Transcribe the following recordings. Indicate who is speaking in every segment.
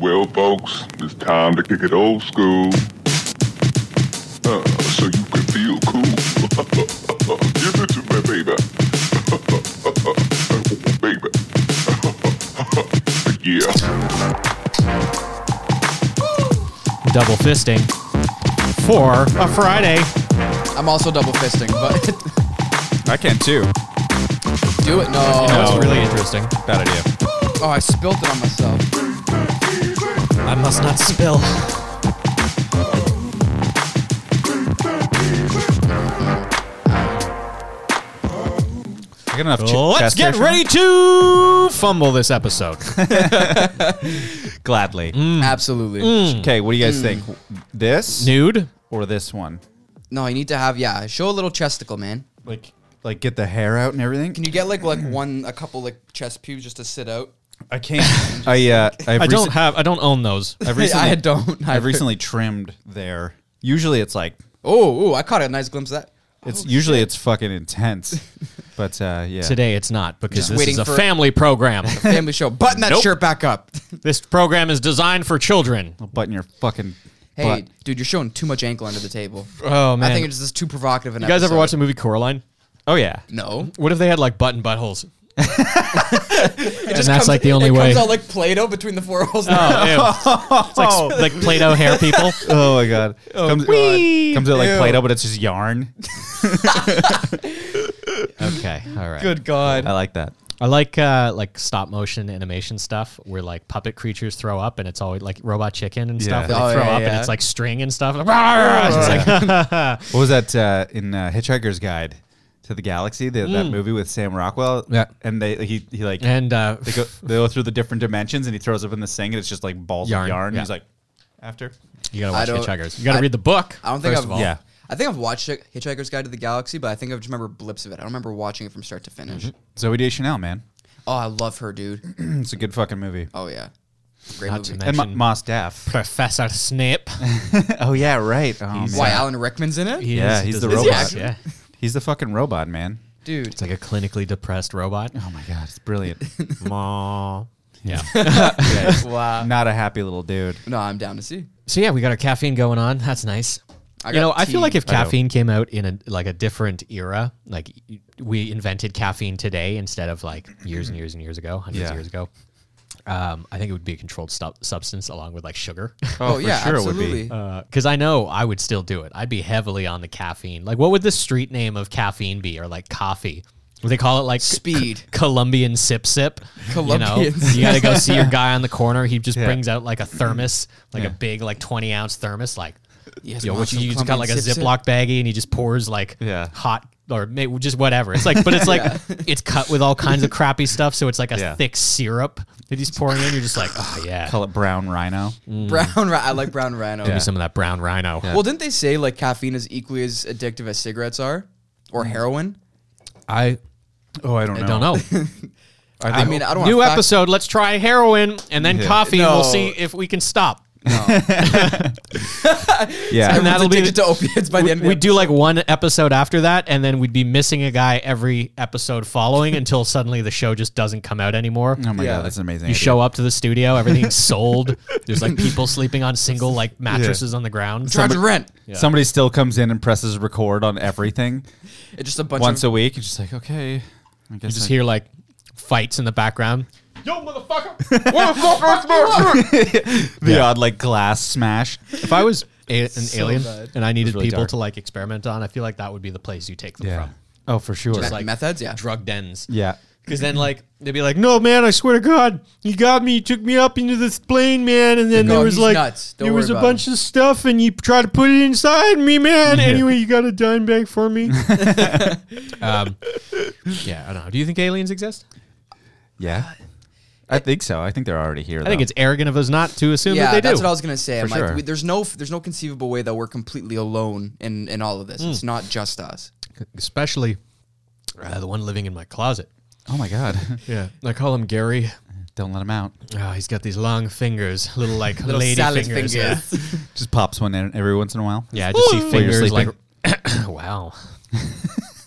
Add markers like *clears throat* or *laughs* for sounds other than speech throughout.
Speaker 1: Well, folks, it's time to kick it old school. Uh, so you can feel cool. *laughs* Give it to me, baby. *laughs* baby. *laughs* yeah.
Speaker 2: double fisting for a Friday.
Speaker 3: I'm also double fisting, but *laughs*
Speaker 4: I can too.
Speaker 3: do it. No.
Speaker 2: That
Speaker 4: No.
Speaker 2: was really interesting.
Speaker 4: Bad idea.
Speaker 3: Oh, I spilt it on myself.
Speaker 2: I must not spill.
Speaker 4: I got enough. ch-
Speaker 2: Let's
Speaker 4: chest
Speaker 2: get
Speaker 4: hair
Speaker 2: ready to fumble this episode.
Speaker 4: showing? Gladly.
Speaker 2: Mm.
Speaker 3: Absolutely.
Speaker 4: Okay, what do you guys think?
Speaker 2: *laughs*
Speaker 4: This
Speaker 2: Nude.
Speaker 4: or this one?
Speaker 3: No, you need to have yeah. Show a little chesticle, man.
Speaker 4: Like, like get the hair out and everything.
Speaker 3: Can you get like like one a couple like chest pubes just to sit out?
Speaker 4: I can't. *laughs* I uh, I've
Speaker 2: I don't
Speaker 4: recent-
Speaker 2: have. I don't own those.
Speaker 4: I've recently,
Speaker 3: I don't.
Speaker 4: I've recently trimmed there. Usually it's like
Speaker 3: Oh, ooh, I caught a nice glimpse of that.
Speaker 4: it's usually it's fucking intense. But uh, yeah,
Speaker 2: Today it's not because this
Speaker 3: waiting
Speaker 2: is a
Speaker 3: for-
Speaker 2: family *laughs* program.
Speaker 3: Family show. Button that
Speaker 2: Nope.
Speaker 3: shirt back up. *laughs*
Speaker 2: this program is designed for children.
Speaker 4: I'll button your fucking.
Speaker 3: hey,
Speaker 4: butt.
Speaker 3: dude, you're showing too much ankle under the table.
Speaker 2: Oh man!
Speaker 3: I think it's just too provocative. An
Speaker 2: you guys ever watch the movie Coraline?
Speaker 4: Oh yeah.
Speaker 3: No.
Speaker 2: What if they had like button *laughs* buttholes?
Speaker 3: It just
Speaker 2: that's, like, the only
Speaker 3: it
Speaker 2: way.
Speaker 3: comes out like Play-Doh between the four holes. *laughs*
Speaker 2: Oh, ew. it's like, *laughs* like Play-Doh hair people.
Speaker 4: Oh my god. comes,
Speaker 2: wee.
Speaker 4: comes out like
Speaker 3: Ew.
Speaker 4: Play-Doh, but it's just yarn.
Speaker 2: Okay, all right.
Speaker 3: Good God.
Speaker 4: I like that.
Speaker 2: I like uh, like stop motion animation stuff where like puppet creatures throw up and it's always like robot chicken and stuff.
Speaker 4: Yeah.
Speaker 2: where they
Speaker 3: Oh,
Speaker 2: throw
Speaker 3: yeah,
Speaker 2: up and
Speaker 3: yeah.
Speaker 2: it's like string and stuff. *laughs* It's like,
Speaker 3: *laughs*
Speaker 4: What was that uh, *laughs* in uh, Hitchhiker's Guide to the Galaxy? The,
Speaker 3: Mm.
Speaker 4: That movie with Sam Rockwell.
Speaker 2: Yeah.
Speaker 4: and they he he like
Speaker 2: and uh,
Speaker 4: they go they go through the different dimensions, and he throws up in the sink, and it's just like balls
Speaker 2: Yarn,
Speaker 4: of yarn.
Speaker 2: yeah.
Speaker 4: And he's like, after.
Speaker 2: you gotta
Speaker 3: I
Speaker 2: watch
Speaker 3: don't-
Speaker 2: Hitchhikers. You gotta
Speaker 3: I-
Speaker 2: read the book.
Speaker 3: I don't think
Speaker 2: first
Speaker 3: I've
Speaker 2: of all.
Speaker 4: Yeah.
Speaker 3: I think I've watched Hitch- Hitchhiker's Guide to the Galaxy, but I think I just remember blips of it. I don't remember watching it from start to finish.
Speaker 4: Zoe Deschanel, man,
Speaker 2: Mm-hmm.
Speaker 3: Oh, I love her, dude.
Speaker 4: it's a good fucking movie.
Speaker 3: Oh yeah, great
Speaker 2: Not to
Speaker 3: movie.
Speaker 2: mention
Speaker 4: And Ma-
Speaker 2: *laughs*
Speaker 4: Mos Def.
Speaker 2: Professor
Speaker 4: *laughs*
Speaker 2: Snape.
Speaker 4: Oh yeah, right. Oh, man.
Speaker 3: Why Alan Rickman's in it,
Speaker 2: He
Speaker 4: Yeah,
Speaker 2: is-
Speaker 4: he's
Speaker 2: does
Speaker 4: the
Speaker 2: this-
Speaker 4: robot.
Speaker 2: yes, Yeah,
Speaker 4: He's the fucking robot, man.
Speaker 3: dude?
Speaker 2: it's like a clinically depressed
Speaker 4: *laughs*
Speaker 2: robot. *laughs*
Speaker 4: Oh my god, it's brilliant.
Speaker 2: Maw. Yeah.
Speaker 4: *laughs* Yeah,
Speaker 3: *laughs*
Speaker 4: he's
Speaker 3: Wow.
Speaker 4: not a happy little dude.
Speaker 3: No, I'm down to see.
Speaker 2: so yeah, we got our caffeine going on. That's nice.
Speaker 3: I
Speaker 2: you know,
Speaker 3: got
Speaker 2: I feel like
Speaker 3: tea.
Speaker 2: if
Speaker 4: I know.
Speaker 2: caffeine came out in a like a different era, like y- we invented caffeine today instead of like years and years and years ago, hundreds of
Speaker 4: Yeah.
Speaker 2: years ago. Um, I think it would be a controlled stu- substance along with like sugar.
Speaker 3: *laughs* Oh,
Speaker 4: for
Speaker 3: yeah,
Speaker 4: sure it would be.
Speaker 3: absolutely.
Speaker 2: Because I know I would still do it. I'd be heavily on the caffeine. Like, what would the street name of caffeine be, or like coffee? Would they call it like c-
Speaker 3: Speed.
Speaker 2: c- Colombian sip sip? You,
Speaker 3: Colombian
Speaker 2: know? you gotta go see your guy on the corner. He just
Speaker 4: Yeah.
Speaker 2: brings out like a thermos, like
Speaker 4: Yeah.
Speaker 2: a big like twenty ounce thermos, like
Speaker 3: Yes,
Speaker 2: you know,
Speaker 3: Mom,
Speaker 2: what
Speaker 3: some
Speaker 2: you just got
Speaker 3: Colombian
Speaker 2: like a
Speaker 3: sip sip.
Speaker 2: Ziploc baggie and he just pours like
Speaker 4: Yeah.
Speaker 2: hot or maybe just whatever. It's like, but it's like it's cut with all kinds of crappy stuff, so it's like a
Speaker 4: Yeah.
Speaker 2: thick syrup that he's pouring in. You're just like, oh yeah,
Speaker 4: Call it brown rhino.
Speaker 3: *laughs* Mm. brown. Ra- I like brown
Speaker 2: *laughs*
Speaker 3: rhino.
Speaker 2: give me some of that brown rhino.
Speaker 3: Well, didn't they say like caffeine is equally as addictive as cigarettes are, or
Speaker 2: Mm.
Speaker 3: heroin?
Speaker 2: I
Speaker 4: Oh, I don't know.
Speaker 2: I don't know.
Speaker 4: I,
Speaker 3: *laughs* I
Speaker 4: think-
Speaker 3: mean, I don't.
Speaker 2: New
Speaker 3: wanna fact-
Speaker 2: episode. Let's try heroin and then
Speaker 4: Yeah.
Speaker 2: coffee. and We'll
Speaker 3: No.
Speaker 2: see if we can stop.
Speaker 4: Yeah.
Speaker 2: And
Speaker 3: *laughs* Everyone's
Speaker 2: that'll be
Speaker 3: addicted
Speaker 2: the-
Speaker 3: to opiates by the
Speaker 2: We,
Speaker 3: end.
Speaker 2: we do like one episode after that, and then we'd be missing a guy every episode following until suddenly the show just doesn't come out anymore.
Speaker 4: Oh my
Speaker 3: Yeah.
Speaker 4: god, that's an amazing.
Speaker 2: You
Speaker 4: idea.
Speaker 2: show up to the studio, everything's sold. There's like people sleeping on single like mattresses on the ground.
Speaker 3: charge rent.
Speaker 4: Somebody still comes in and presses record on
Speaker 2: *laughs*
Speaker 4: everything
Speaker 3: It's just a bunch
Speaker 4: once
Speaker 3: of
Speaker 4: a week. It's just like, okay, I guess
Speaker 2: just
Speaker 4: I-
Speaker 2: hear like fights in the background.
Speaker 4: the odd like glass smash.
Speaker 2: If I was a, an alien
Speaker 3: bad.
Speaker 2: and I needed
Speaker 4: really
Speaker 2: people
Speaker 4: dark.
Speaker 2: to like experiment on, I feel like that would be the place you take them from.
Speaker 4: Oh, for sure.
Speaker 3: me-
Speaker 2: like
Speaker 3: methods, yeah.
Speaker 2: drug dens.
Speaker 4: yeah.
Speaker 2: Because then, like, they'd be like, "No, man, I swear to God, he got me, he took me up into this plane, man, and then
Speaker 3: No,
Speaker 2: there was
Speaker 3: he's
Speaker 2: like,
Speaker 3: nuts. Don't
Speaker 2: there was
Speaker 3: worry
Speaker 2: a
Speaker 3: about
Speaker 2: bunch of stuff, and you tried to put it inside me, man. Anyway, you got a dime bag for me." *laughs* um, yeah, I don't know. Do you think aliens exist?
Speaker 4: Yeah. I think so. I think they're already here.
Speaker 2: I think it's arrogant of us not to assume
Speaker 3: yeah,
Speaker 2: that they do.
Speaker 3: that's what I was gonna say. I'm
Speaker 4: For
Speaker 3: like,
Speaker 4: sure.
Speaker 3: we, there's no, there's no conceivable way that we're completely alone in in all of this.
Speaker 2: Mm.
Speaker 3: It's not just us.
Speaker 2: Especially uh, the one living in my closet.
Speaker 4: Oh my god.
Speaker 2: *laughs* Yeah, I call him Gary.
Speaker 4: don't let them out.
Speaker 2: Oh, he's got these long fingers, little like
Speaker 3: Little
Speaker 2: lady
Speaker 3: salad
Speaker 2: fingers.
Speaker 3: fingers.
Speaker 2: yeah.
Speaker 3: *laughs*
Speaker 4: Just pops one in every once in a while.
Speaker 2: Yeah, I just see
Speaker 4: While you're
Speaker 2: fingers like. *coughs*
Speaker 4: sleeping.
Speaker 2: wow.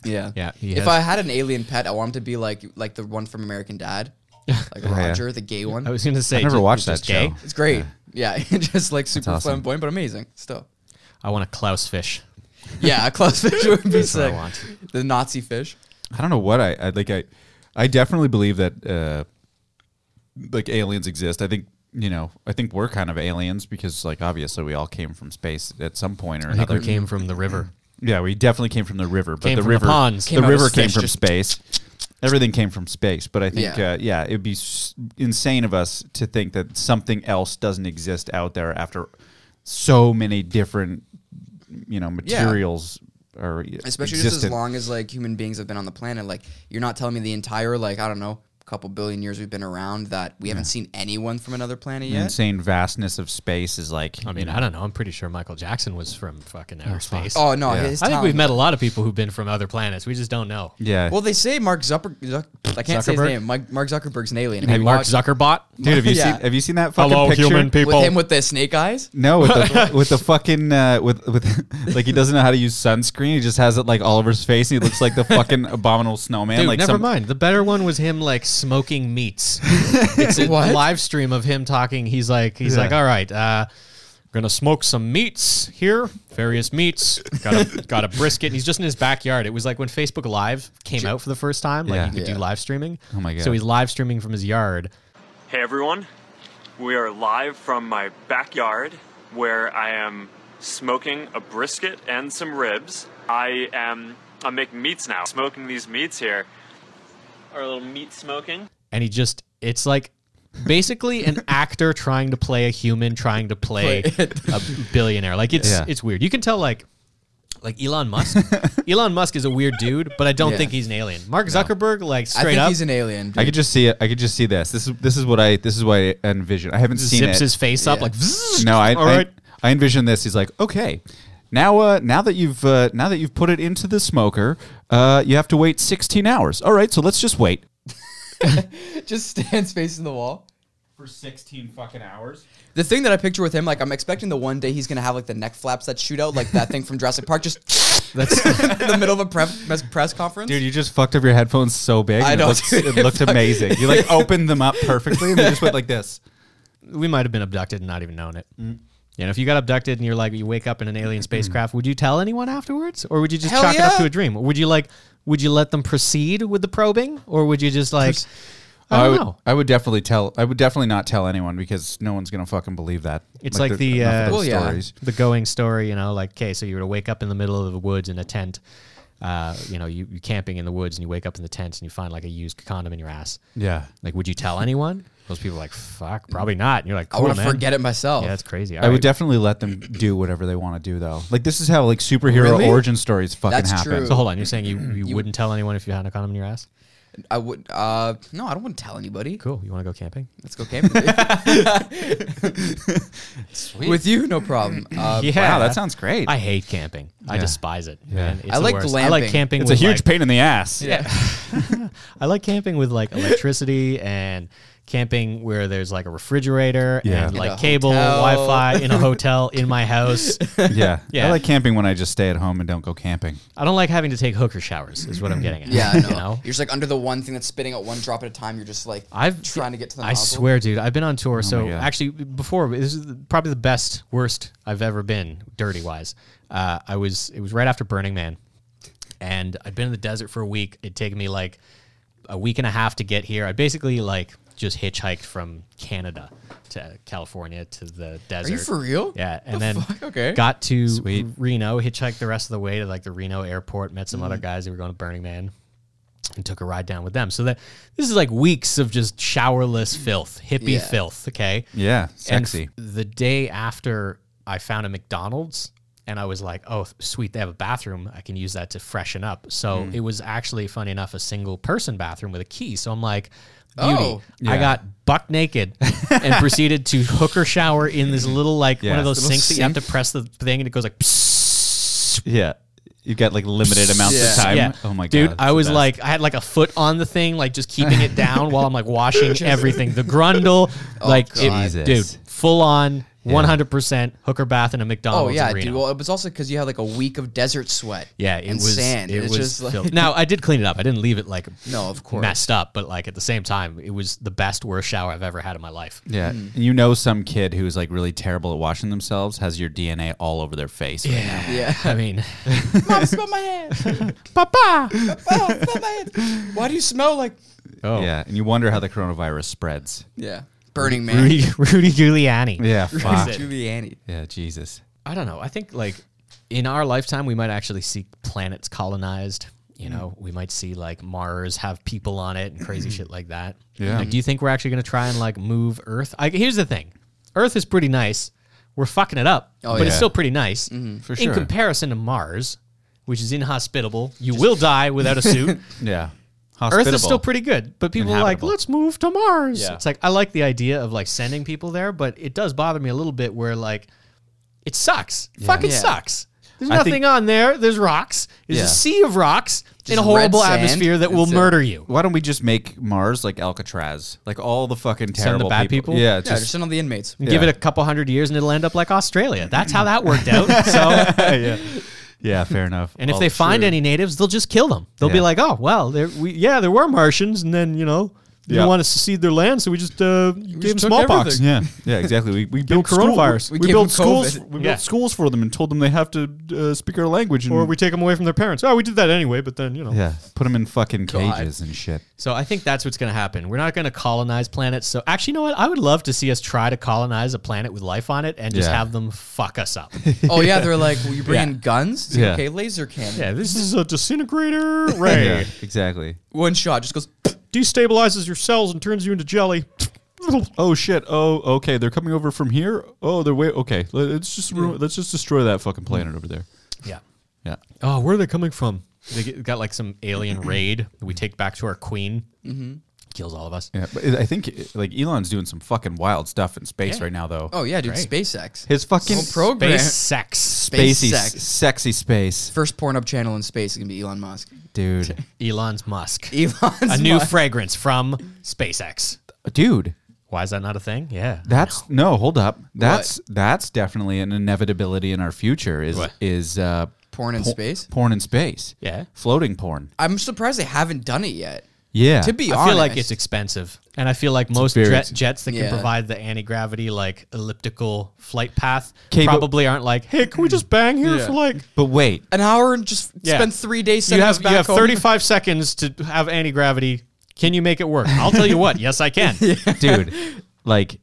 Speaker 3: Yeah.
Speaker 2: Yeah. he
Speaker 3: If
Speaker 2: has-
Speaker 3: I had an alien pet, I want him to be like like the one from American Dad.
Speaker 2: *laughs*
Speaker 3: like
Speaker 4: yeah.
Speaker 3: Roger, the gay one.
Speaker 2: I was gonna say
Speaker 4: I never
Speaker 2: just-
Speaker 4: watched
Speaker 2: just
Speaker 4: that
Speaker 2: gay.
Speaker 4: show.
Speaker 3: It's great. Yeah, *laughs* just like super
Speaker 4: awesome.
Speaker 3: flamboyant, but amazing still.
Speaker 2: I want a Klaus fish.
Speaker 3: Yeah, a
Speaker 2: *laughs*
Speaker 3: Klaus fish would be
Speaker 2: what I
Speaker 3: sick.
Speaker 2: want.
Speaker 3: The Nazi fish.
Speaker 4: I don't know what I, I like. I, I definitely believe that uh, like aliens exist. I think you know. I think we're kind of aliens because like obviously we all came from space at some point or
Speaker 2: I think
Speaker 4: another.
Speaker 2: we came from the river.
Speaker 4: yeah, we definitely came from the river, but
Speaker 2: Came
Speaker 4: the
Speaker 2: from the
Speaker 4: river
Speaker 2: ponds. Came
Speaker 4: the
Speaker 3: out
Speaker 4: river
Speaker 3: as
Speaker 4: came
Speaker 3: fish,
Speaker 4: from
Speaker 3: just-
Speaker 4: space. Everything came from space, but I
Speaker 3: Yeah.
Speaker 4: think yeah, uh, yeah it'd be s- insane of us to think that something else doesn't exist out there after so many different you know materials are e,
Speaker 3: Especially just as
Speaker 4: existent.
Speaker 3: long as like human beings have been on the planet. Like you're not telling me the entire like I don't know couple billion years we've been around that we haven't seen anyone from another planet
Speaker 4: The
Speaker 3: yet.
Speaker 4: insane vastness of space is like
Speaker 2: I mean, I don't know. I'm pretty sure Michael Jackson was from fucking outer space.
Speaker 3: Oh no,
Speaker 4: Yeah.
Speaker 3: his
Speaker 2: I think
Speaker 3: talent-
Speaker 2: we've met a lot of people who've been from other planets. We just don't know.
Speaker 4: yeah
Speaker 3: Well, they say Mark Zucker. Zuck, I can't say his
Speaker 4: Zuckerberg?
Speaker 3: name. Mike, Mark Zuckerberg's an alien.
Speaker 2: Hey,
Speaker 3: We
Speaker 2: Mark
Speaker 3: watched-
Speaker 2: Zuckerberg.
Speaker 4: Dude, have you
Speaker 3: *laughs* Yeah.
Speaker 4: seen have you seen that fucking picture?
Speaker 3: with him with the snake eyes.
Speaker 4: no,
Speaker 2: *laughs*
Speaker 4: with the, with the fucking uh, with with *laughs* like he doesn't know how to use sunscreen. He just has it like all over his face, and he looks like the
Speaker 2: *laughs*
Speaker 4: fucking abominable snowman.
Speaker 2: Dude,
Speaker 4: like
Speaker 2: never
Speaker 4: some,
Speaker 2: mind. The better one was him like smoking meats. it's a
Speaker 3: What?
Speaker 2: live stream of him talking. He's like, he's
Speaker 4: Yeah.
Speaker 2: like, all right, uh, we're gonna smoke some meats here, various meats. Got a got a brisket. And he's just in his backyard. It was like when Facebook Live came out for the first time. Like
Speaker 4: Yeah.
Speaker 2: you could
Speaker 3: Yeah.
Speaker 2: do live streaming.
Speaker 4: Oh my God.
Speaker 2: So he's live streaming from his yard.
Speaker 5: Hey everyone, we are live from my backyard where I am smoking a brisket and some ribs. I am I make meats now, smoking these meats here. Our little meat smoking.
Speaker 2: and he just it's like basically an actor trying to play a human trying to play a billionaire like it's
Speaker 4: Yeah.
Speaker 2: it's weird you can tell like like Elon Musk Elon Musk is a weird dude but I don't
Speaker 3: Yeah.
Speaker 2: think he's an alien Mark Zuckerberg like
Speaker 3: I
Speaker 2: straight
Speaker 3: think
Speaker 2: up
Speaker 3: he's an alien. *laughs*
Speaker 4: I could just see it. I could just see this. This is this is what I this is what I envision. I haven't seen
Speaker 2: zips
Speaker 4: it.
Speaker 2: his face up
Speaker 3: Yeah.
Speaker 2: like
Speaker 4: *laughs* no,
Speaker 2: *laughs*
Speaker 4: I,
Speaker 2: all right
Speaker 4: I I envision this. He's like, okay, now uh, now that you've uh, now that you've put it into the smoker, uh, you have to wait 16 hours. All right, so let's just wait.
Speaker 3: just stands facing the wall.
Speaker 4: For 16 fucking hours.
Speaker 3: The thing that I picture with him, like I'm expecting the one day he's gonna have like the neck flaps that shoot out, like that thing from Jurassic
Speaker 2: *laughs*
Speaker 3: Park, just *laughs* in the middle of a prep, mes- press conference.
Speaker 4: Dude, you just fucked up your headphones so big.
Speaker 3: I
Speaker 4: and
Speaker 3: know,
Speaker 4: It looked,
Speaker 3: dude.
Speaker 4: it
Speaker 2: *laughs*
Speaker 4: looked amazing. You like opened them up perfectly and they just went like this.
Speaker 2: we might have been abducted and not even known it you know if you got abducted and you're like you wake up in an alien spacecraft would you tell anyone afterwards or would you just
Speaker 3: Hell
Speaker 2: chalk it up
Speaker 3: yeah.
Speaker 2: to a dream would you like would you let them proceed with the probing or would you just like I don't
Speaker 4: would,
Speaker 2: know.
Speaker 4: I would definitely tell. I would definitely not tell anyone because no one's gonna fucking believe that.
Speaker 2: It's like the,
Speaker 4: enough of
Speaker 2: uh,
Speaker 4: those
Speaker 3: Well, yeah.
Speaker 4: stories.
Speaker 2: the going story, you know, like, okay, so you were to wake up in the middle of the woods in a tent. Uh, you know, you, you camping in the woods and you wake up in the tent and you find like a used condom in your ass.
Speaker 4: Yeah.
Speaker 2: Like, would you tell anyone? Those people are like, fuck, probably not. And you're like,
Speaker 3: I
Speaker 2: cool,
Speaker 3: want to
Speaker 2: man.
Speaker 3: forget it myself.
Speaker 2: Yeah, that's crazy.
Speaker 4: I would definitely let them do whatever they want to do, though. Like this is how like superhero
Speaker 3: Really?
Speaker 4: origin stories fucking
Speaker 3: That's
Speaker 4: happen.
Speaker 3: true.
Speaker 2: So hold on, you're saying you, *clears throat* you, wouldn't tell anyone if you had a condom in your ass?
Speaker 3: I would. Uh, no, I don't want to tell anybody.
Speaker 2: Cool. You want to go camping?
Speaker 3: Let's go camping.
Speaker 2: *laughs*
Speaker 3: Sweet. With you, no problem. Uh,
Speaker 4: Wow, that sounds great.
Speaker 2: I hate camping. I despise it. Man. It's
Speaker 3: I
Speaker 2: the
Speaker 3: like
Speaker 2: worst. I like
Speaker 3: glamping.
Speaker 2: camping.
Speaker 4: it's a
Speaker 2: with,
Speaker 4: huge
Speaker 2: like-
Speaker 4: pain in the ass.
Speaker 2: I like camping with like electricity and camping where there's like a refrigerator
Speaker 4: Yeah.
Speaker 2: and
Speaker 4: In
Speaker 2: like
Speaker 3: a
Speaker 2: cable,
Speaker 3: hotel.
Speaker 2: Wi-Fi
Speaker 3: *laughs*
Speaker 2: in a hotel in my house.
Speaker 4: *laughs* yeah.
Speaker 2: *laughs* Yeah.
Speaker 4: I like camping when I just stay at home and don't go camping.
Speaker 2: I don't like having to take hooker showers. Is what I'm getting at.
Speaker 3: *laughs* Yeah, no.
Speaker 2: you know.
Speaker 3: You're just like under the one thing that's spitting out one drop at a time. You're just like
Speaker 2: I've
Speaker 3: trying to get to the.
Speaker 2: I
Speaker 3: nozzle.
Speaker 2: swear, dude, I've been on tour. so
Speaker 4: God.
Speaker 2: actually, before this is probably the best, worst I've ever been, dirty wise. Uh, I was it was right after Burning Man, and I'd been in the desert for a week. It'd taken me like a week and a half to get here. I basically like just hitchhiked from Canada to California to the desert.
Speaker 3: for real?
Speaker 2: Yeah, and then
Speaker 3: fuck? Okay.
Speaker 2: got to Reno, hitchhiked the rest of the way to like the Reno airport, met some other
Speaker 3: Mm-hmm.
Speaker 2: guys who were going to Burning Man and took a ride down with them. So that this is like weeks of just showerless filth, hippie
Speaker 3: Yeah.
Speaker 2: filth, okay?
Speaker 4: Yeah.
Speaker 2: And *laughs*
Speaker 4: Sexy.
Speaker 2: f- the day after I found a McDonald's and I was like, oh, sweet, they have a bathroom. I can use that to freshen up. So
Speaker 4: Mm.
Speaker 2: it was actually, funny enough, a single person bathroom with a key. So I'm like, beauty.
Speaker 3: Oh.
Speaker 2: I got buck naked and proceeded to hooker shower in this little, like, one
Speaker 4: Yeah.
Speaker 2: of those
Speaker 4: Little
Speaker 2: sinks that you have to press the thing and it goes like, psst.
Speaker 4: yeah. You got like limited amounts
Speaker 3: Yeah.
Speaker 4: of time.
Speaker 2: Yeah.
Speaker 4: Oh my god.
Speaker 2: dude,
Speaker 4: it's
Speaker 2: I
Speaker 4: the
Speaker 2: was
Speaker 4: best.
Speaker 2: like, I had like a foot on the thing, like just keeping
Speaker 3: *laughs* Oh,
Speaker 2: it down while I'm like washing everything, the grundle, like, it,
Speaker 4: God.
Speaker 2: dude,
Speaker 4: Jesus.
Speaker 2: full on One hundred percent hooker bath in a
Speaker 3: Oh
Speaker 2: McDonald's.
Speaker 3: yeah,
Speaker 2: in Reno.
Speaker 3: dude. Well, it was also because you had like a week of desert sweat.
Speaker 2: Yeah, it
Speaker 3: and
Speaker 2: was
Speaker 3: sand.
Speaker 2: It
Speaker 3: it's
Speaker 2: was
Speaker 3: just like
Speaker 2: filthy. now I did clean it up. I didn't leave it like
Speaker 3: *laughs* No, of course.
Speaker 2: messed up, but like at the same time, it was the best worst shower I've ever had in my
Speaker 3: *laughs*
Speaker 2: life.
Speaker 4: Yeah,
Speaker 3: Hmm.
Speaker 4: and you know some kid who's like really terrible at washing themselves has your DNA all over their face. right now.
Speaker 3: yeah.
Speaker 2: *laughs* I mean,
Speaker 3: Mom, smell my *laughs* hands.
Speaker 2: Papa.
Speaker 3: Oh, smell my hands. Why do you smell like?
Speaker 2: *laughs* Oh,
Speaker 4: yeah, and you wonder how the coronavirus spreads.
Speaker 3: Yeah, Burning Man. *laughs*
Speaker 2: Rudy, Rudy Giuliani.
Speaker 4: Yeah, fuck.
Speaker 2: it.
Speaker 3: Giuliani.
Speaker 4: yeah, Jesus.
Speaker 2: I don't know. I think like in our lifetime, we might actually see planets colonized. You know, we might see like Mars have people on it and
Speaker 4: *clears throat*
Speaker 2: crazy shit like that.
Speaker 4: Yeah.
Speaker 2: Like, do you think we're actually going to try and like move Earth? I, here's the thing: Earth is pretty nice. We're fucking it up,
Speaker 3: Oh,
Speaker 2: but it's
Speaker 4: yeah.
Speaker 2: still pretty nice
Speaker 4: For
Speaker 2: in
Speaker 4: sure.
Speaker 2: comparison to Mars, which is inhospitable. You will die without a suit.
Speaker 4: Yeah,
Speaker 2: Earth is
Speaker 4: Hospitable.
Speaker 2: still pretty good, but people are like,
Speaker 4: Inhabitable.
Speaker 2: let's move to Mars.
Speaker 4: Yeah.
Speaker 2: It's like I like the idea of like sending people there, but it does bother me a little bit where like it sucks. Fucking
Speaker 3: Yeah.
Speaker 2: sucks. There's
Speaker 4: I
Speaker 2: nothing
Speaker 4: think-
Speaker 2: on there. There's rocks. There's
Speaker 4: Yeah.
Speaker 2: a sea of rocks in a
Speaker 3: red
Speaker 2: horrible
Speaker 3: sand.
Speaker 2: atmosphere that will
Speaker 3: That's it.
Speaker 2: murder you.
Speaker 4: Why don't we just make Mars like Alcatraz? Like all the fucking
Speaker 2: Send the
Speaker 4: terrible
Speaker 2: bad people?
Speaker 4: Yeah,
Speaker 3: Yeah, just
Speaker 4: just
Speaker 3: send all the inmates.
Speaker 2: And Give it a couple hundred years and it'll end up like Australia. That's how that worked out. So
Speaker 4: *laughs* yeah. yeah, fair enough. Oh,
Speaker 2: and if
Speaker 4: All
Speaker 2: they find
Speaker 4: *laughs* true.
Speaker 2: any natives, they'll just kill them. They'll be
Speaker 4: Yeah.
Speaker 2: like, oh well, there we yeah, there were Martians, and then you know they
Speaker 4: Yeah.
Speaker 2: want to secede their land, so we just uh, gave
Speaker 3: just
Speaker 2: them
Speaker 3: took
Speaker 2: smallpox.
Speaker 3: everything.
Speaker 4: yeah, yeah, exactly. We, we built school-
Speaker 2: coronavirus.
Speaker 4: we,
Speaker 3: We
Speaker 4: we
Speaker 3: gave
Speaker 4: built
Speaker 3: them
Speaker 4: schools.
Speaker 3: COVID.
Speaker 4: We
Speaker 2: Yeah.
Speaker 4: built schools for them and told them they have to uh, speak our language. And,
Speaker 2: or we take them away from their parents. Oh, we did that anyway, but then you know.
Speaker 4: yeah, put them in fucking cages and shit.
Speaker 2: So I think that's what's going to happen. We're not going to colonize planets. So actually, you know what? I would love to see us try to colonize a planet with life on it and just
Speaker 4: Yeah.
Speaker 2: have them fuck us up.
Speaker 3: Oh yeah, they're like, well, you bring in guns? It's like,
Speaker 4: Yeah.
Speaker 3: Okay, laser cannon.
Speaker 2: yeah, this is a disintegrator ray.
Speaker 4: Yeah, exactly.
Speaker 3: One shot just goes.
Speaker 2: Destabilizes your cells and turns you into jelly.
Speaker 4: Oh shit! Oh, okay. They're coming over from here. Oh, they're way okay. let- Let's just ru- let's just destroy that fucking planet over there.
Speaker 2: yeah.
Speaker 4: Yeah,
Speaker 2: Oh, where are they coming from? They get, got like some alien raid that we take back to our queen. Mm-hmm. Kills all of us.
Speaker 4: yeah. But I think like Elon's doing some fucking wild stuff in space
Speaker 2: Yeah.
Speaker 4: right now, though.
Speaker 3: Oh yeah, dude,
Speaker 2: Great.
Speaker 3: SpaceX.
Speaker 4: His fucking
Speaker 3: Whole program.
Speaker 2: Space sex.
Speaker 3: space
Speaker 4: spacey,
Speaker 3: sex.
Speaker 4: s- sexy space,
Speaker 3: First porn up channel in space is gonna be Elon Musk. *laughs*
Speaker 4: dude.
Speaker 2: Elon's Musk.
Speaker 3: Elon's
Speaker 2: a new
Speaker 3: Musk.
Speaker 2: fragrance from SpaceX.
Speaker 4: dude,
Speaker 2: Why is that not a thing? Yeah.
Speaker 4: that's no. Hold up. That's that's definitely an inevitability in our future. Is
Speaker 2: What?
Speaker 4: is uh,
Speaker 3: porn in
Speaker 4: po-
Speaker 3: space.
Speaker 4: Porn in space.
Speaker 2: Yeah.
Speaker 4: floating porn.
Speaker 3: I'm surprised they haven't done it yet.
Speaker 4: Yeah.
Speaker 3: To be
Speaker 2: I
Speaker 3: honest,
Speaker 2: feel like it's expensive, and I feel like most
Speaker 4: very
Speaker 2: jet,
Speaker 4: ex-
Speaker 2: jets that
Speaker 3: Yeah.
Speaker 2: can provide the anti gravity like elliptical flight path
Speaker 4: 'Kay, but-
Speaker 2: probably aren't like, hey, can we just bang here
Speaker 3: Yeah.
Speaker 2: for like?
Speaker 4: But wait,
Speaker 3: an hour and just
Speaker 2: Yeah.
Speaker 3: spend three days.
Speaker 2: You
Speaker 3: sending
Speaker 2: have
Speaker 3: us
Speaker 2: you
Speaker 3: back
Speaker 2: have
Speaker 3: home.
Speaker 2: 35 seconds to have anti gravity. Can you make it work? I'll tell you what. Yes, I *laughs* can.
Speaker 3: *laughs*
Speaker 4: dude, like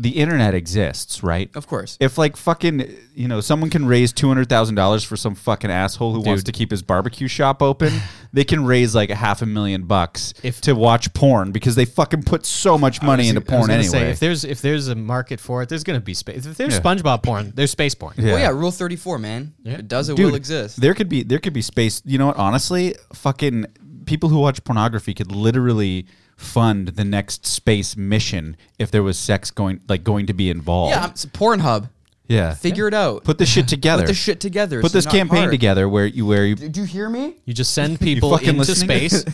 Speaker 4: the internet exists, right?
Speaker 3: Of course.
Speaker 4: If like fucking, you know, someone can raise two hundred thousand dollars for some fucking asshole who wants
Speaker 2: Dude.
Speaker 4: to keep his barbecue shop open, they can raise like a half a million bucks
Speaker 2: If-
Speaker 4: to watch porn because they fucking put so much money into
Speaker 2: I was
Speaker 4: porn
Speaker 2: gonna
Speaker 4: anyway.
Speaker 2: say, if there's if there's a market for it, there's gonna be space. If there's
Speaker 4: Yeah.
Speaker 2: SpongeBob porn, there's space porn.
Speaker 3: Well, Oh, yeah, Rule 34, man. If It does. It will exist.
Speaker 4: There could be there could be space. You know what? Honestly, fucking people who watch pornography could literally fund the next space mission if there was sex going like going to be involved.
Speaker 3: Yeah, it's Pornhub.
Speaker 4: yeah.
Speaker 3: Figure it out.
Speaker 4: Put this shit together.
Speaker 3: Put the shit together.
Speaker 4: Put
Speaker 3: It's
Speaker 4: this
Speaker 3: not
Speaker 4: campaign
Speaker 3: hard.
Speaker 4: together where you where you
Speaker 3: Do you hear me?
Speaker 2: You just send *laughs* people
Speaker 4: fucking
Speaker 2: into *laughs*
Speaker 4: listening?
Speaker 2: space.